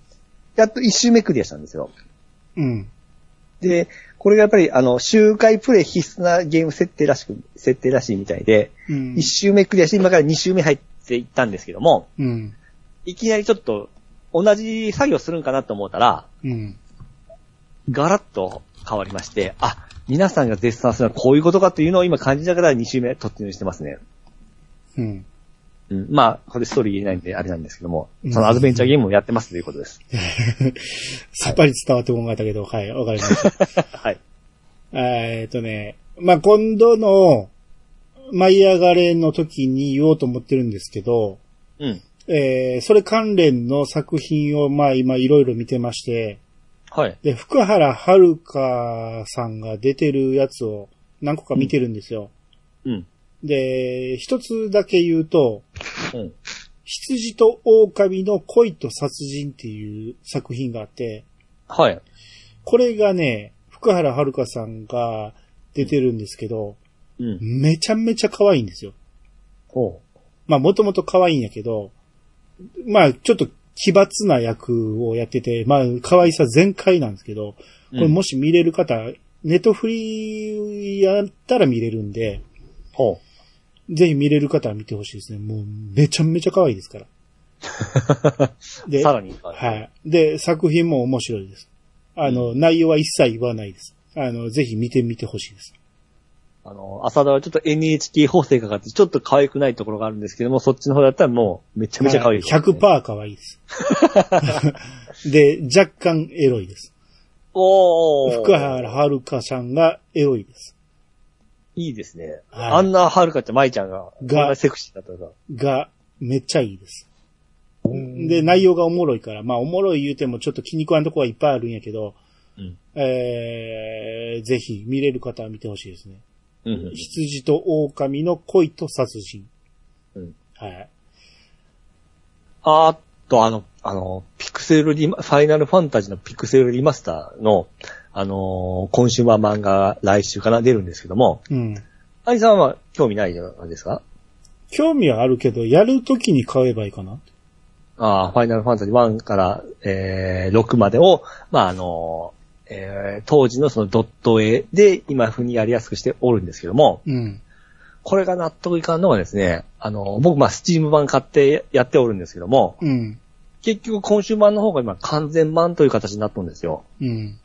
D: やっと一周目クリアしたんですよ。
C: うん。
D: で、これがやっぱりあの、周回プレイ必須なゲーム設定らしく、設定らしいみたいで、
C: うん
D: 一周目クリアして今から二周目入っていったんですけども、
C: うん。
D: いきなりちょっと同じ作業するんかなと思ったら、
C: うん。
D: ガラッと変わりまして、あ、皆さんが絶賛するのはこういうことかというのを今感じながら2周目突入してますね。
C: うん。
D: うん、まあ、これストーリー言えないんであれなんですけども
C: う、ん
D: そのアドベンチャーゲームをやってますということです。
C: さっぱり伝わってこなかったけど、はい、わかりました。
D: はい。
C: えーっとね、まあ、今度の、舞い上がれの時に言おうと思ってるんですけど、
D: うん。
C: えー、それ関連の作品を、まあ、今いろいろ見てまして、
D: はい。
C: で、福原遥さんが出てるやつを何個か見てるんですよ。
D: うん。
C: で、一つだけ言うと、
D: うん。
C: 羊と狼の恋と殺人っていう作品があって、
D: はい。
C: これがね、福原遥さんが出てるんですけど、
D: うん。
C: めちゃめちゃ可愛いんですよ。
D: ほ
C: まあもともと可愛いんやけど、まあちょっと奇抜な役をやってて、まあ可愛さ全開なんですけど、これもし見れる方、ネットフリやったら見れるんで、
D: う。ほ
C: ぜひ見れる方は見てほしいですね。もうめちゃめちゃ可愛いですから。
D: う。
C: で
D: さらに。
C: はい。で、作品も面白いです。あの、内容は一切言わないです。あの、ぜひ見てみてほしいです。
D: あの、浅田はちょっと NHK 法制かかって、ちょっと可愛くないところがあるんですけども、そっちの方だったらもう、めちゃめちゃ可愛い、
C: はい100%可愛いです。 で、若干エロいです。
D: おー。
C: 福原遥さんがエロいです。
D: いいですね。
C: はい
D: あんなはるかちゃん、まいちゃんが、
C: が
D: こんなセクシーだったら、
C: が、めっちゃいいです。で、内容がおもろいから、まあ、おもろい言うてもちょっと気に食わんとこはいっぱいあるんやけど、
D: うん
C: えー、ぜひ見れる方は見てほしいですね。
D: うん
C: 羊と狼の恋と殺人。
D: うん
C: はい。
D: あーっと、あの、あの、ピクセルリマ、ファイナルファンタジーのピクセルリマスターの、あのー今週は漫画、来週かな、出るんですけども、
C: うん。
D: アイさんは興味ないじゃないですか
C: 興味はあるけど、やるときに買えばいいかな。
D: ああ、ファイナルファンタジー1から、えー、6までを、まあ、あのー、えー、当時のそのドット絵で今風にやりやすくしておるんですけども、
C: うん。
D: これが納得いかんのはですね、あのー、僕、まあ、スチーム版買ってやっておるんですけども、
C: うん。
D: 結局、今週版の方が今完全版という形になったんですよ。
C: うん。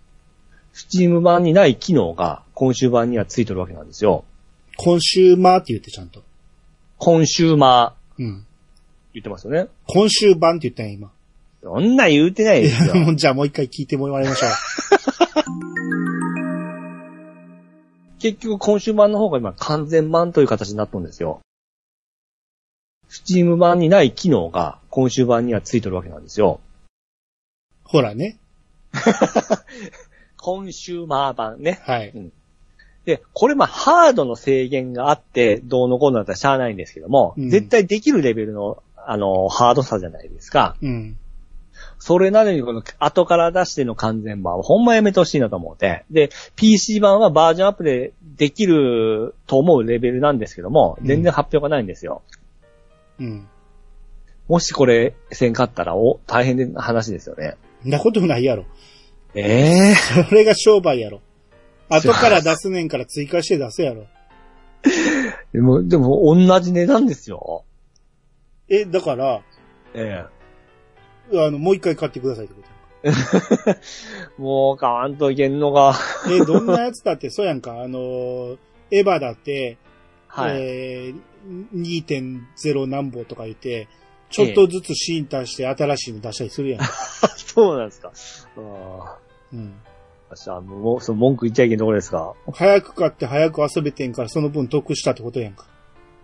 D: スチーム版にない機能が今週版にはついてるわけなんですよ。
C: コンシューマーって言ってちゃんと。
D: コンシューマ
C: うん。
D: ー言ってますよね。
C: コンシュー版って言ったんや、今。
D: そんなん言うてないですよ。
C: もうじゃあもう一回聞いてもらいましょ う。
D: 結局、今週版の方が今完全版という形になったんですよ。スチーム版にない機能が今週版にはついてるわけなんです よ。
C: ほらね。
D: コンシューマー版ね。
C: はい。
D: で、これまあハードの制限があって、どうのこうのだったらしゃあないんですけども、
C: うん
D: 絶対できるレベルの、あの、ハードさじゃないですか。
C: うん。
D: それなのにこの後から出しての完全版はほんまやめてほしいなと思って。で、PC 版はバージョンアップでできると思うレベルなんですけども、全然発表がないんですよ。
C: うん。
D: もしこれ、せんかったら、お、大変な話ですよね。
C: んなことないやろ。
D: ええ
C: それが商売やろ。後から出すねんから追加して出すやろ。
D: でも、でも、同じ値段ですよ。
C: え、だから、
D: え
C: あの、もう一回買ってくださいってこ
D: えもう、買わんといけんのが。
C: と。え、どんなやつだって、そうやんか、あのー、エヴァだって、
D: はい。
C: えー、2.0何本とか言って、ちょっとずつ進化して新しいの出したりするやん。
D: そうなんですか。あ
C: うん。
D: あ。じゃあ、もう、その文句言っちゃいけんところですか。
C: 早く買って早く遊べてんから、その分得したってことやんか。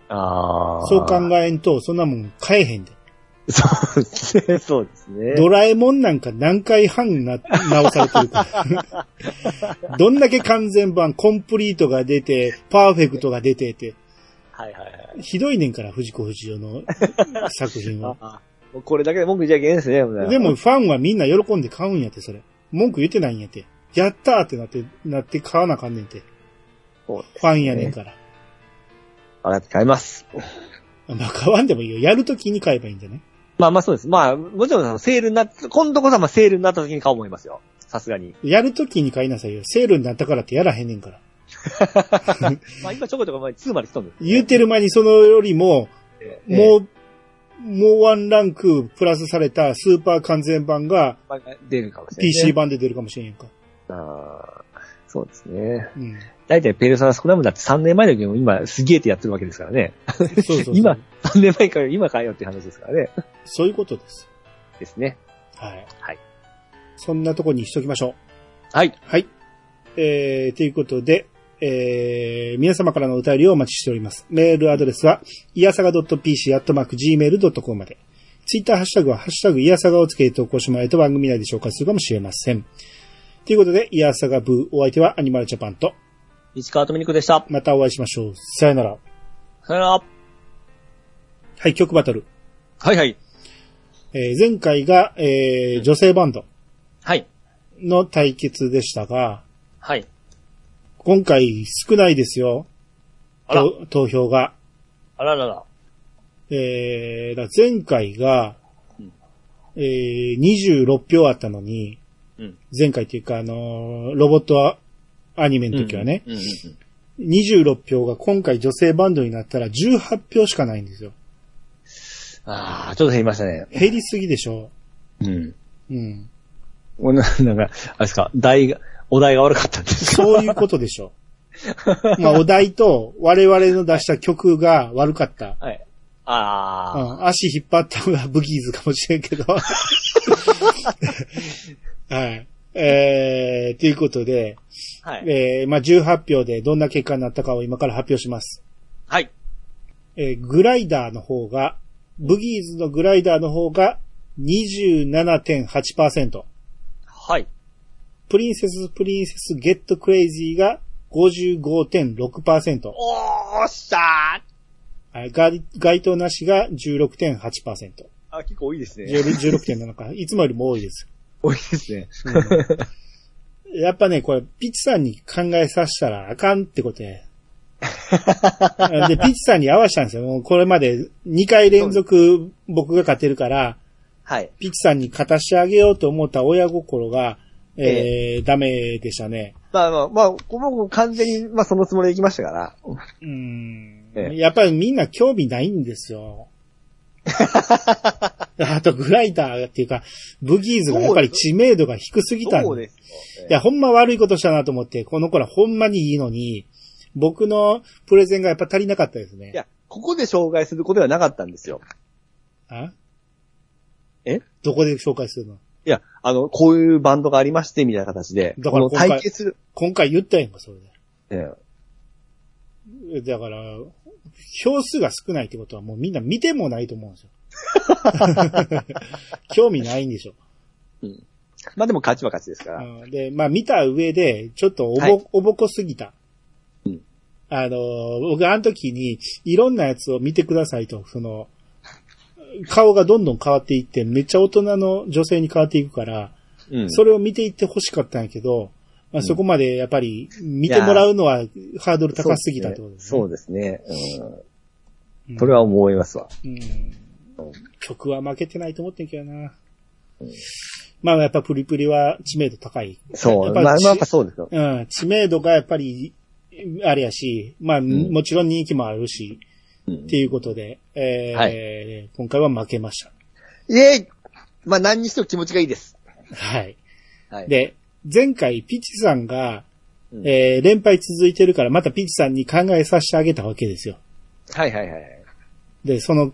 D: ああ。
C: そう考えんと、そんなもん買えへんで。
D: え。そうですね。そうですね。
C: ドラえもんなんか何回半な、直されてる から。どんだけ完全版、コンプリートが出て、パーフェクトが出てて、
D: はいはいはい。
C: ひどいねんから、藤子不二雄の作品は。
D: ああこれだけで文句言っちゃいけんですね。
C: でもファンはみんな喜んで買うんやって、それ。文句言ってないんやって。やったーってなって、なって買わなあかんねんて。
D: そう
C: ファンやねんから。
D: あなた買います。
C: まあ買わんでもいいよ。やるときに買えばいいんじゃない
D: まあまあそうです。まあ、もちろんあのセールになっ、今度こそまあセールになった時に買おう思いますよ。さすがに。
C: やるときに買いなさいよ。セールになったからってやらへんねんから。
D: まあ今ちょこちょこ前2まで来とんです。
C: 言うてる間にそのよりも、
D: ええ
C: もう、もうワンランクプラスされたスーパー完全版が
D: まあ出るかもしれない、
C: PC 版で出るかもしれんやんか。
D: ああそうですね。
C: うん。
D: だいたいペルソナスクラムだって3年前のゲーム今すげえってやってるわけですからね。
C: そうそうそう。
D: 今、3年前から今買えよっていう話ですからね。
C: そういうことです。
D: ですね。
C: はい。
D: はい。
C: そんなとこにしときましょう。
D: はい。
C: はい。えー、ということで、えー、皆様からのお便りをお待ちしております。メールアドレスは、いやさが .pc、アットマーク、gmail.com まで。ツイッターハッシュタグは、ハッシュタグ、いやさがをつけて投稿してもらえると番組内で紹介するかもしれません。ということで、いやさがブー、お相手はアニマルジャパンと、
D: 市川とみにくでした。
C: またお会いしましょう。さよなら。
D: さよなら。
C: はい、曲バトル。
D: はいはい。
C: えー、前回が、えー、女性バンド
D: はい。
C: の対決でしたが、
D: はい。
C: 今回少ないですよ。
D: あら、
C: と投票が。
D: あららら。
C: えー、だから前回が
D: うん、
C: えー、26票あったのに、
D: うん
C: 前回っていうか、あのーロボットアニメの時はね、
D: うんうんうん。
C: 26票が今回女性バンドになったら18票しかないんですよ。
D: ああ、ちょっと減りましたね。
C: 減りすぎでしょ。
D: うん。
C: うん。
D: もうななん か、あれですか、題が、お題が悪かったんですか
C: そういうことでしょ。まあ、お題と我々の出した曲が悪かった。
D: はい。ああ、
C: うん、足 引っ張ったのがブギーズかもしれんけど。はい。えー、ということで、
D: はい。
C: えー、まあ、18票でどんな結果になったかを今から発表します。
D: はい。
C: えー、グライダーの方が、ブギーズのグライダーの方が27.8%、
D: はい。
C: プリンセスプリンセスゲットクレイジーが55.6%、
D: おーっしゃー
C: はい該該当なしが16.8%、
D: あ、結構多いですね。
C: 16.7か、いつもよりも多いです。
D: 多いですね。
C: やっぱね、これ、ピッチさんに考えさせたらあかんってことね。で、ピッチさんに合わせたんですよ。もうこれまで2回連続僕が勝てるから、
A: はい。
C: ピッチさんに勝たしてあげようと思った親心が、えー、ダメでしたね。
D: まあまあ、まあ、ここも完全に、まあそのつもりで行きましたから。
C: うん。
D: ええ
C: やっぱりみんな興味ないんです よ。あと、グライダーっていうか、ブギーズがやっぱり知名度が低すぎたんで
D: そうですよ
C: いや、ほんま悪いことしたなと思って、この子らほんまにいいのに、僕のプレゼンがやっぱ足りなかったですね。
D: いや、ここで紹介することではなかったんですよ。
C: あ
D: え
C: どこで紹介するの
D: いや、あの、こういうバンドがありまして、みたいな形で、
C: だから
D: この
C: 今回
D: 体験する、
C: 今回言ったやんか、それ
D: え
C: で。だから、票数が少ないってことはもうみんな見てもないと思うんで すよ。 興味ないんでしょ。
D: えまあでも勝ちは勝ちですから。
C: うんで、まあ見た上で、ちょっとおぼ、
D: はい
C: おぼこすぎた。
D: うん
C: あのー、僕あの時に、いろんなやつを見てくださいと、その、顔がどんどん変わっていって、めっちゃ大人の女性に変わっていくから、
D: うん
C: それを見ていって欲しかったんやけど、まあ、そこまでやっぱり見てもらうのはハードル高すぎたってことですね。
D: そうですね。うん
C: うん
D: それは思いますわ。
C: うん曲は負けてないと思ってんけどな。まあやっぱプリプリは知名度高い
D: そう。
C: やっ
D: ま
C: ぱ
D: あ、ま
C: り
D: あ
C: ち
D: やっぱそうですよ。
C: うん、知名度がやっぱり、あれやし、まあ、
D: ん
C: もちろん人気もあるし、
D: うん
C: っていうことで、え
D: は
C: ー今回は負けました。
D: イえいまあ何にしても気持ちがいいです。
C: はい。
D: はい。
C: で、前回ピチさんが、
D: うん
C: えー連敗続いてるから、またピチさんに考えさせてあげたわけですよ。
D: はいはいはいはい。
C: で、その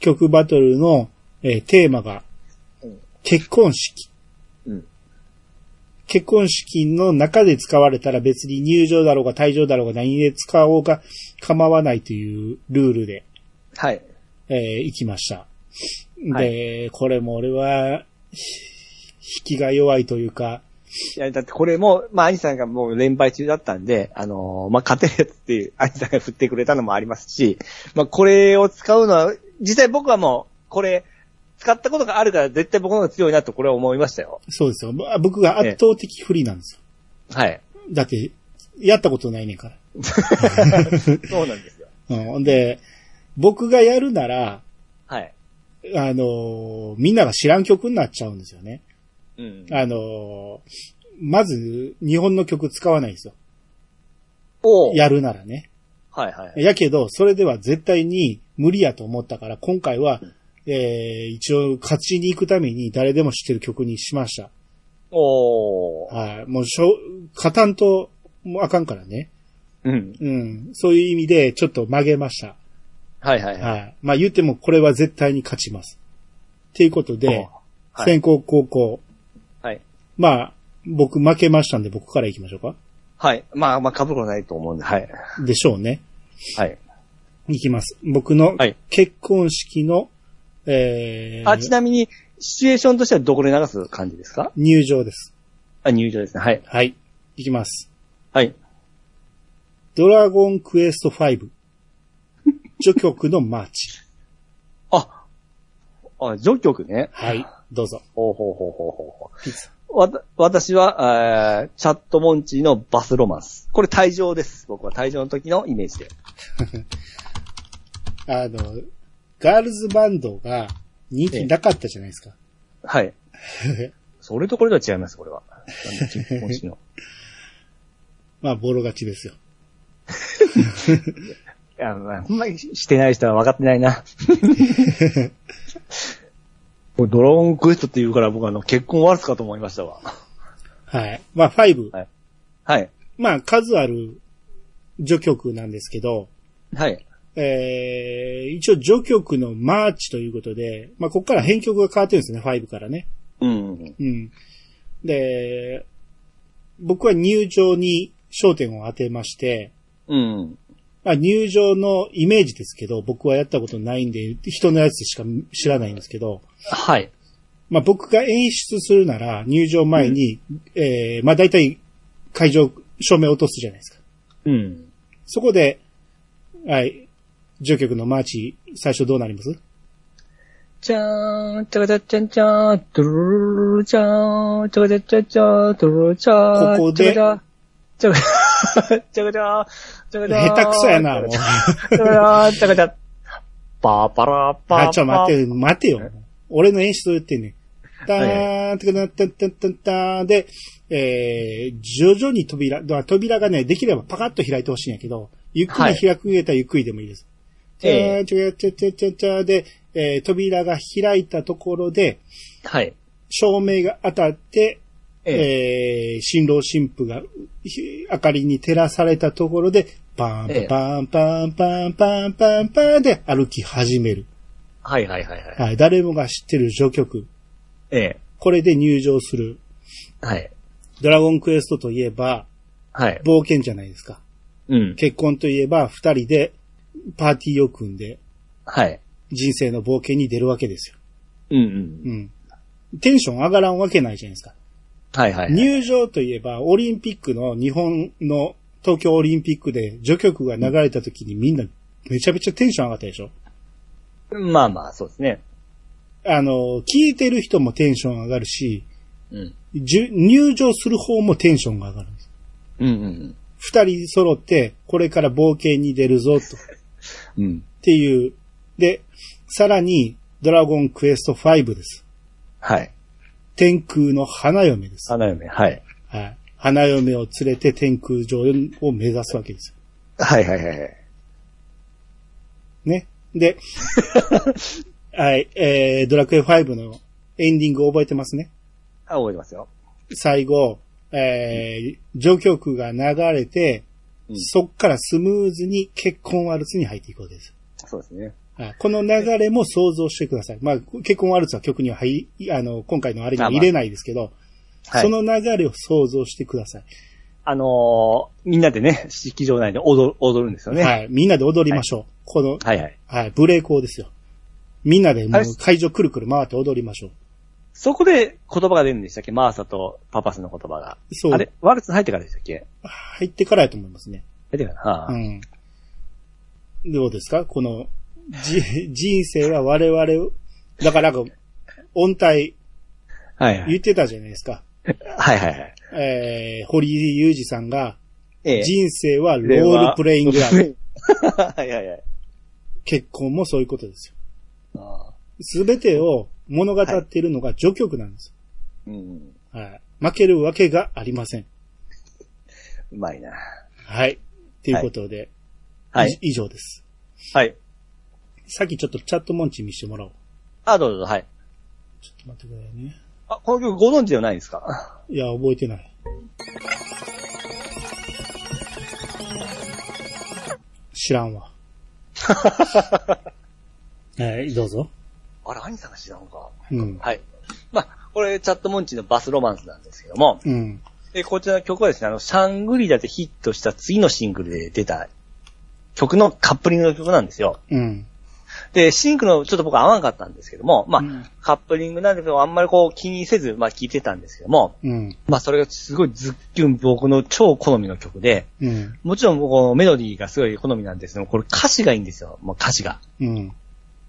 C: 曲バトルの、えーテーマが
D: うん、
C: 結婚式。
D: うん
C: 結婚式の中で使われたら別に入場だろうが退場だろうが何で使おうが構わないというルールで、
D: はい。
C: えー行きました。で、
D: は
C: これも俺は、ひ引きが弱いというか、
D: いや、だってこれも、まあ、兄さんがもう連敗中だったんで、あのーまあ、勝てるやつっていう、兄さんが振ってくれたのもありますし、まあ、これを使うのは、実際僕はもう、これ、使ったことがあるから絶対僕の方が強いなとこれは思いましたよ。
C: そうですよ。ぼ僕が圧倒的不利なんです
D: はい。
C: よ。だって、やったことないねんから。
D: そうなんですよ。
C: うん、ほんで、僕がやるなら、
D: はい。
C: あのーみんなが知らん曲になっちゃうんですよね。
D: うん。
C: あのーまず、日本の曲使わないんですよ。
D: おう
C: やるならね。
D: はいはい。
C: やけど、それでは絶対に無理やと思ったから、今回は、えー、一応勝ちに行くために誰でも知ってる曲にしました。
D: おー
C: はい。もうしょ、勝たんと、もうあかんからね。
D: うん。
C: うん。そういう意味で、ちょっと曲げました。
D: はいはいはい。
C: はい。まあ言っても、これは絶対に勝ちます。っていうこと
D: お
C: で、
D: はい
C: 先行高校、
D: はい。
C: まあ、僕負けましたんで僕から行きましょうか。
D: はい。まあまあ、被ることないと思うんで、はい。
C: でしょうね。
D: はい。
C: 行きます。僕の
D: はい
C: 結婚式の、えー
D: あ、ちなみに、シチュエーションとしてはどこで流す感じですか
C: 入場です。
D: あ、入場ですね。はい。
C: はい。行きます。
D: はい。
C: ドラゴンクエスト5。序曲のマーチ。
D: あ、あ、序曲ね。
C: はい。どうぞ。
D: ほうほうほうほうほうほう。わた、私は、えー、チャットモンチーのバスロマンス。これ退場です。僕は退場の時のイメージで。
C: あの、ガールズバンドが人気なかったじゃないですか。
D: はい。それとこれとは違います、これは。チャットモンチ ーの。
C: まあ、ボロ勝ちですよ。
D: いや、まあ、ほんまにしてない人は分かってない な。これドラゴンクエストって言うから僕はあの結婚ワルツかと思いましたわ。
C: はい。まあ、5。
D: はいはい。
C: まあ、数ある序曲なんですけど、
D: はい。
C: えー、一応序曲のマーチということで、まあ、ここから編曲が変わってるんですね、5からね。
D: うん。
C: うん。で、僕は入場に焦点を当てまして、
D: うん。
C: まあ、入場のイメージですけど、僕はやったことないんで、人のやつしか知らないんですけど、
D: はい。
C: まあ、僕が演出するなら、入場前に、えー、まあ、大体、会場、照明を落とすじゃないですか。
D: うん。
C: そこで、はい、住局のマーチ、最初どうなります
D: じゃーん、ちゃかちゃちゃんちゃーん、ドゥルルルルルちゃーん、ちゃかちゃちゃちゃーん、ドゥルルルちゃーん。
C: ここで
D: ちゃかちゃちゃかちゃちゃかちゃ
C: 下手くそやな、もう。
D: ちゃかちゃちゃかちゃ。パーパラーパーパー。
C: あ、ちょ、待って、待てよ。俺の演出を言ってね。た
D: はい
C: ーん、てかなったったったったーんで、えー、徐々に扉、だから扉がね、できればパカッと開いてほしいんやけど、ゆっく
D: は
C: り
D: い
C: 開くげたらゆっくりでもいいです。
D: え
C: えー、ちょ、ちょ、ちょ、ちょ、ちょ、で、えー、扉が開いたところで、
D: はい。
C: 照明が当たって、
D: ええ。
C: えー、新郎新婦が、ひ明かりに照らされたところで、パ
D: え
C: ン
D: え
C: パンパンパンパンパンパンで歩き始める。
D: はいはいはいはい。
C: はい、誰もが知ってる序曲。
D: ええ。
C: これで入場する。
D: はい。
C: ドラゴンクエストといえば、
D: はい。
C: 冒険じゃないですか。
D: うん。
C: 結婚といえば、二人でパーティーを組んで、
D: はい。
C: 人生の冒険に出るわけですよ。
D: うんうん。
C: うん。テンション上がらんわけないじゃないですか。
D: はいはいはい。
C: 入場といえば、オリンピックの日本の東京オリンピックで序曲が流れた時にみんなめちゃめちゃテンション上がったでしょ
D: まあまあ、そうですね。
C: あの、聞いてる人もテンション上がるし、
D: うん。
C: じゅ入場する方もテンションが上がるんです。
D: うん
C: 二人揃って、これから冒険に出るぞ、と。っ
D: うん。うん。
C: ていう。で、さらに、ドラゴンクエスト5です。
D: はい。
C: 天空の花嫁です。
D: 花嫁、はい。
C: はい。花嫁を連れて天空上を目指すわけですよ。
D: はいはいはいはい。
C: ね。 で、はい、えー、ドラクエ5のエンディング覚えてますね。
D: あ、覚えてますよ。
C: 最後、えー、上京区が流れて、
D: うん
C: そっからスムーズに結婚ワルツに入っていくわけです。
D: そうですね。
C: はいこの流れも想像してください。まあ、結婚ワルツは曲には入り、あの、今回のあれには入れないですけど、
D: はい。
C: その流れを想像してください。
D: あのー、みんなでね、式場内で踊る、踊るんですよね。。
C: はいい。みんなで踊りましょう。この、
D: はいはい。
C: はい、ブレーコーですよ。みんなでも
D: あれ
C: う会場くるくる回って踊りましょう。
D: そこで言葉が出るんでしたっけマーサとパパスの言葉が。
C: そう
D: あれワルツ入ってからでしたっけ
C: 入ってからやと思いますね。
D: 入ってからな。は
C: う
D: あ
C: ん。どうですかこの、じ、 人生は我々を、だからなんか、音体
D: はいは
C: 言
D: い。
C: ってたじゃないですか。
D: はいはいはい。
C: えー、堀井雄二さんが、
D: ええ
C: 人生はロールプレイングだ。
D: はいはいはい。
C: 結婚もそういうことですよ。
D: ああ
C: すべてを物語っているのが序曲なんです。
D: うん。
C: はい。負けるわけがありません。
D: うまいな。
C: はい。ということで、
D: はい。
C: い以上です。
D: はい。
C: さっきちょっとチャットモンチ見してもらおう。
D: あ、どうぞ、はい。
C: ちょっと待ってくださいね。
D: あ、この曲ご存知ではないですか
C: いや、覚えてない。知らん わ。はい、どうぞ。
D: あれ、兄さんが知らんのか。
C: うん。
D: はい。まあ、これ、チャットモンチーのバスロマンスなんですけども、
C: うん。
D: えこちらの曲はですね、あの、シャングリラでヒットした次のシングルで出た曲のカップリングの曲なんですよ。
C: うん。
D: で、シンクのちょっと僕合わなかったんですけども、まあ、
C: うん
D: カップリングなんですけど、あんまりこう気にせず、まあ聞いてたんですけども、
C: うん。
D: まあそれがすごいズッキュン僕の超好みの曲で、
C: うん。
D: もちろんこのメロディーがすごい好みなんですけども、これ歌詞がいいんですよ、もう歌詞が。
C: うん。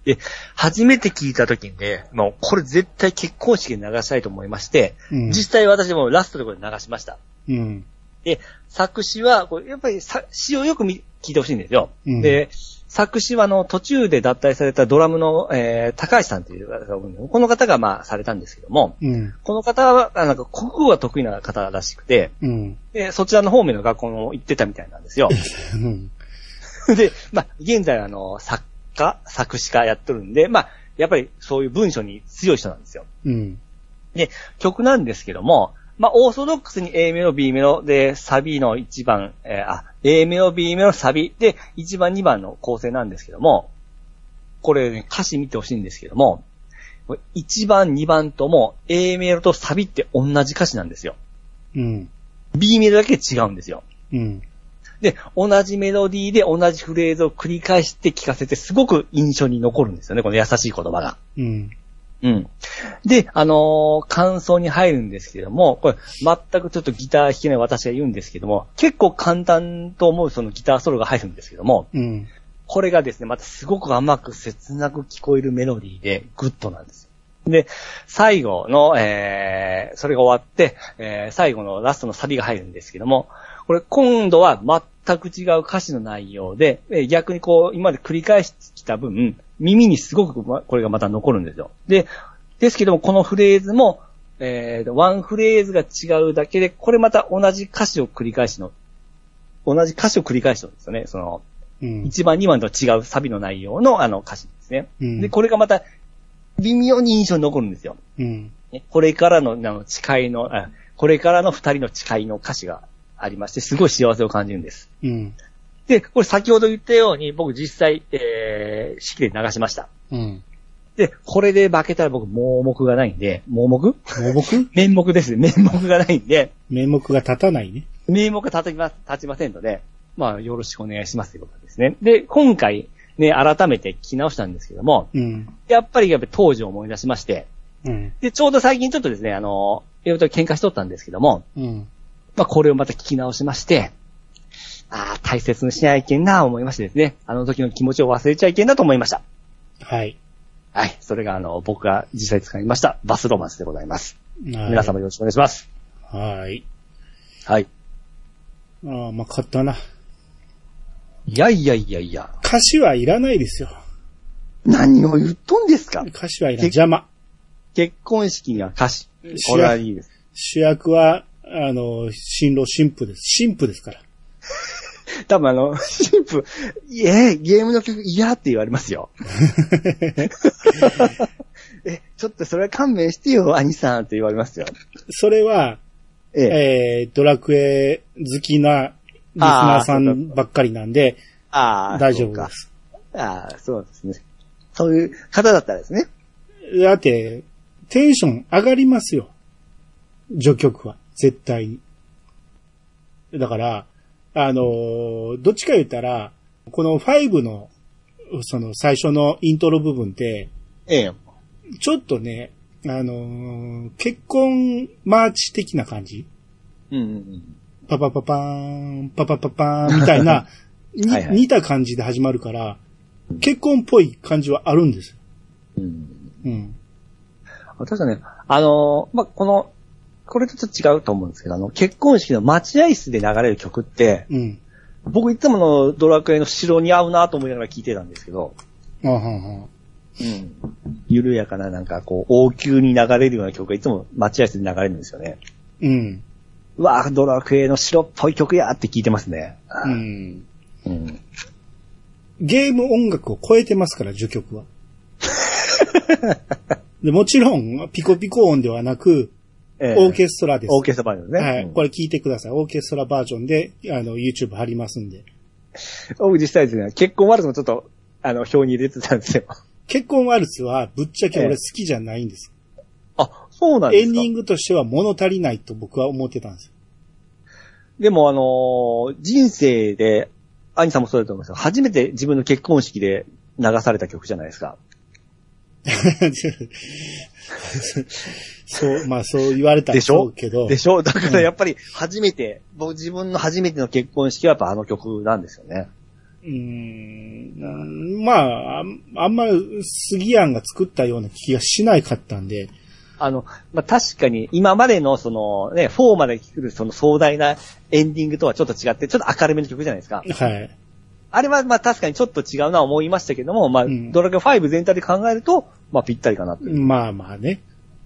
D: で、初めて聞いた時にね、もうこれ絶対結婚式で流したいと思いまして、
C: うん。
D: 実際私もラストでこれ流しました。
C: うん。
D: で、作詞は、これやっぱりさ詞をよく見聞いてほしいんですよ。
C: うん
D: で、作詞はあの途中で脱退されたドラムの、えー、高橋さんという方がおるんですこの方がまあされたんですけども、
C: うん。
D: この方はあなんか国語が得意な方らしくて、
C: うん。
D: で、そちらの方面の学校も行ってたみたいなんです よ。
C: うん。
D: で、まあ、現在あの、作家、作詞家やっとるんで、まあ、やっぱりそういう文章に強い人なんですよ。
C: うん。
D: で、曲なんですけども、まあ、オーソドックスに A メロ、B メロで、サビの1番、えーあ、A メロ、B メロ、サビで、1番、2番の構成なんですけども、これね、歌詞見てほしいんですけども、これ1番、2番とも A メロとサビって同じ歌詞なんですよ。
C: うん。
D: B メロだけ違うんですよ。
C: うん。
D: で、同じメロディーで同じフレーズを繰り返して聞かせて、すごく印象に残るんですよね、この優しい言葉が。
C: うん。
D: うん。で、あのー感想に入るんですけども、これ、全くちょっとギター弾けない私が言うんですけども、結構簡単と思うそのギターソロが入るんですけども、
C: うん。
D: これがですね、またすごく甘く切なく聞こえるメロディーで、グッドなんですよ。で、最後の、えー、それが終わって、えー、最後のラストのサビが入るんですけども、これ今度は全く違う歌詞の内容で、えー逆にこう、今まで繰り返してきた分、耳にすごくまこれがまた残るんですよ。で、ですけども、このフレーズも、えー、ワンフレーズが違うだけで、これまた同じ歌詞を繰り返しの、同じ歌詞を繰り返してるんですよね、その、
C: うん。
D: 1番2番と違うサビの内容のあの歌詞ですね。
C: うん
D: で、これがまた微妙に印象に残るんですよ。
C: うん。
D: ねこれからのあの誓いのあ、これからの二人の誓いの歌詞がありまして、すごい幸せを感じるんです。
C: うん。
D: で、これ先ほど言ったように僕実際、えー、式で流しました。
C: うん。
D: で、これで負けたら僕盲目がないんで、盲目
C: 盲目
D: 面目ですね。面目がないんで、
C: 名目が立たないね。
D: 名目立ちま、立ちませんので、まあ、よろしくお願いしますということですね。で、今回、ね、改めて聞き直したんですけども、
C: うん。
D: やっぱり、やっぱり当時を思い出しまして、
C: うん。
D: で、ちょうど最近ちょっとですね、あの、いろいろと喧嘩しとったんですけども、
C: うん。
D: まあ、これをまた聞き直しまして、ああ、大切にしなきゃいけんな、思いましてですね、あの時の気持ちを忘れちゃいけんなと思いました。
C: はい。
D: はい。それが、あの、僕が実際使いました、バスロマンスでございます。皆
C: 皆。
D: 様よろしくお願いします。
C: はい。
D: はい。
C: ああ、まあ、買ったな。
D: いやいやいやいや、
C: 歌詞はいらないですよ。
D: 何を言っとんですか
C: 歌詞はいらない。邪魔。
D: 結婚式には歌詞。これはいいです。
C: 主役は、あの、新郎新婦です。新婦ですから。
D: 多分あの、シンプル、いえ、ゲームの曲嫌って言われます よ。え、ちょっとそれは勘弁してよ、兄さんって言われますよ。
C: それは、
D: ええ。
C: えー、ドラクエ好きなリスナーさ
D: あーそうん
C: ばっかりなんで、
D: ああ、
C: 大丈
D: そう
C: 夫
D: か
C: で。す。
D: ああ、そうですね。そういう方だったらですね。
C: だって、テンション上がりますよ。序曲は。絶対に。だから、あのーどっちか言ったら、この5の、その最初のイントロ部分って、
D: ええ。
C: ちょっとね、あのー結婚マーチ的な感じ
D: うんうんうん。
C: パパパパーン、パパパパーンみた いな、に
D: はいはい
C: 似た感じで始まるから、結婚っぽい感じはあるんですよ。
D: うん、
C: うん。
D: 私はね、あのーまあ、この、これとちょっと違うと思うんですけど、あの、結婚式の待合室で流れる曲って、
C: うん。
D: 僕いつものドラクエの城に合うなと思いながら聞いてたんですけど、
C: あはんは
D: うん緩やかな、なんかこう、王宮に流れるような曲がいつも待合室で流れるんですよね。
C: うん。
D: うわぁ、ドラクエの白っぽい曲やって聞いてますね。
C: うん。
D: うん。
C: ゲーム音楽を超えてますから、序 曲は。でもちろん、ピコピコ音ではなく、
D: え
C: オーケストラです。
D: オーケストラバージョンですね。
C: はい。こ
D: れ。
C: れ聞いてください。オーケストラバージョンで、あの、YouTube 貼りますんで。
D: 僕実際ですね、結婚ワルツもちょっと、あの、表に入れてたんですよ。
C: 結婚ワルツは、ぶっちゃけ
D: ええ
C: 俺好きじゃないんです。
D: あ、そうなんで
C: エ
D: す
C: ン
D: か
C: ディングとしては物足りないと僕は思ってたんですよ。
D: でもあのー人生で、アニさんもそうだと思いますけど、初めて自分の結婚式で流された曲じゃないですか。
C: そう、まあそう言われたら
D: でしょ
C: そうけど
D: で、しょだからやっぱり初めて、僕自分の初めての結婚式はやっぱあの曲なんですよね。
C: うーん、まあ、あんあんまり杉庵が作ったような気がしないかったんで、
D: あの、まあ、確かに今までのそのね、4まで来るその壮大なエンディングとはちょっと違って、ちょっと明るめの曲じゃないですか。
C: はい。
D: あれはまあ確かにちょっと違うな思いましたけども、まあ、
C: うん
D: ドラクエ5全体で考えると、まあぴったりかなという。
C: まあまあね。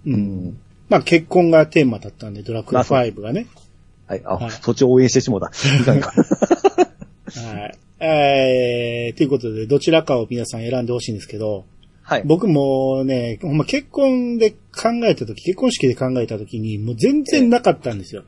C: うん。
D: うん
C: まあ結婚がテーマだったんで、ドラクエ
D: まあそう
C: 5がね。
D: はい。あ、
C: はい
D: そっちを応援してしもうた。いかんい かん
C: はい。えー、ということで、どちらかを皆さん選んでほしいんですけど、
D: はい。
C: 僕もね、ほんま結婚で考えたとき、結婚式で考えたときに、もう全然なかったんですよ。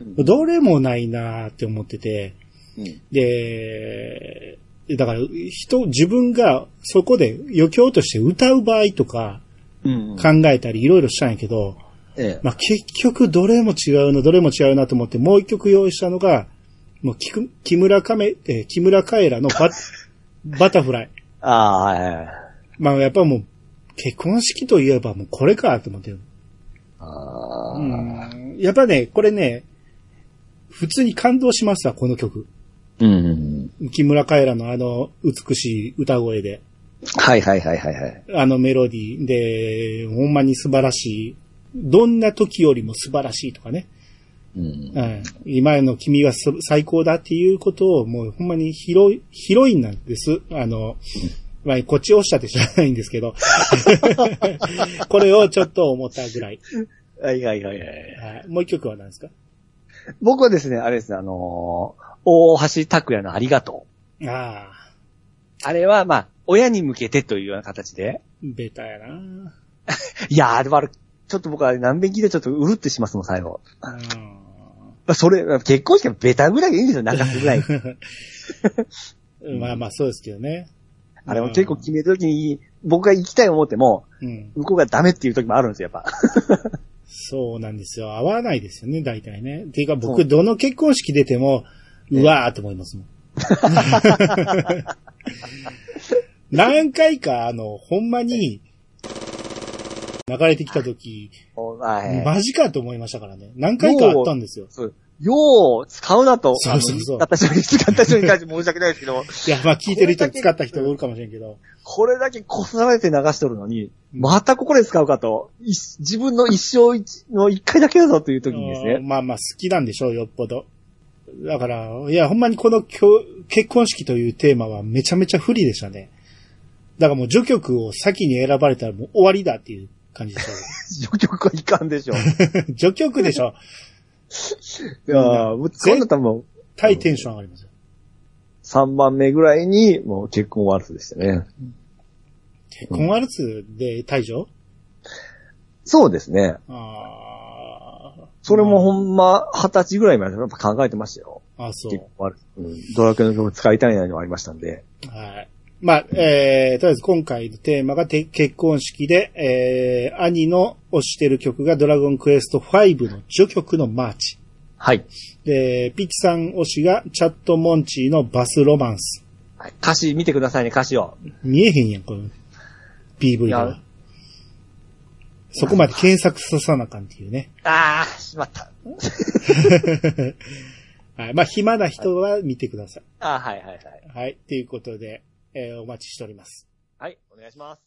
D: ええ
C: どれもないなーって思ってて、
D: うん
C: で、だから、人、自分がそこで余興として歌う場合とか、
D: うん。
C: 考えたりいろいろしたんやけど、
D: ええ。
C: まあ、結局どれも違うの、どれも違うなと思ってもう一曲用意したのが、もう木く、木村カメ、えー木村カエラの バ、バタフライ。
A: ああ、はいはいはい。
C: まあ、やっぱもう、結婚式といえばもうこれかと思ってる。
A: ああ、
C: うんやっぱね、これね、普通に感動しますわ、この曲。
D: うん。
C: 木村カエラのあの美しい歌声で、
D: はいはいはいはいはい。
C: あのメロディーで、ほんまに素晴らしい。どんな時よりも素晴らしいとかね。
D: うん。
C: うん、今の君はす最高だっていうことを、もうほんまにヒロイヒロインなんです。あの、まあ、こっち押したって知らないんです けど。これをちょっと思ったぐらい。
D: はいはいはいはい。
C: はいもう一曲は何ですか
D: 僕はですね、あれですね、あのー大橋拓也のありがとう。
C: ああ、
D: あれは、まあ、親に向けてというような形で。
C: ベタやな。
D: いやー、あれはあれ、ちょっと僕は何遍聞いてちょっとうるってしますもん、最後。
C: う
D: まあ、それ、結婚式はベタぐらいでいいんですよ、泣かす ぐらい。
C: んまあまあそうですけどね。
D: あれも結構決めるときに、僕が行きたい思っても、
C: うん。
D: 向こうがダメっていう時もあるんですよ、やっぱ。
C: そうなんですよ。合わないですよね、大体ね。ていうか
D: そ
C: 僕、
D: う
C: どの結婚式出ても、うわーって思いますもん。何回か、あの、ほんまに、流れてきた時、
D: おはい
C: マジかと思いましたからね。何回かあったんですよ。
D: そうよう、使うなと。
C: そうそうそう
D: あの使った人に、使った人に対して申し訳ないですけど、
C: いや、まあ聞いてる人、使った人おるかもしれんけど。
D: これだけこすられて流しとるのに、またここで使うかと。い自分の一生一の一回だけだぞという時にです
C: うん
D: ね。
C: まあまあ好きなんでしょう、よっぽど。だから、いや、ほんまにこのきょ結婚式というテーマはめちゃめちゃ不利でしたね。だからもう序曲を先に選ばれたらもう終わりだっていう感じでし
D: 序曲はいかんでしょう。い
C: た。序曲でしょ。
D: やー、もう使うんだったらもう、
C: 対テンション上がりますよ。
D: 3番目ぐらいに、もう結婚ワルツでしたね。
C: 結婚ワルツで退場
D: そうですね。
C: ああ。
D: それもほんま、二十歳ぐらいまでやっぱ考えてましたよ。
C: あ、そ
D: 結
C: う。
D: 構ある。うん。ドラクエの曲使いたいなのもありましたんで。
C: はい。まあ、えー、とりあえず今回のテーマがて結婚式で、えー、兄の推してる曲がドラゴンクエスト5の序曲のマーチ。
D: はい。
C: で、ピチさん推しがチャットモンチーのバスロマンス。
D: はい歌詞見てくださいね、歌詞を。
C: 見えへんやん、この PV で
D: い
C: は
D: や。
C: そこまで検索ささなあかんっていうね。
D: あー、しまった。
C: はい。まあ、暇な人は見てください。
D: あー、はいはいはい。
C: はい。ということで、えーお待ちしております。
D: はい、お願いします。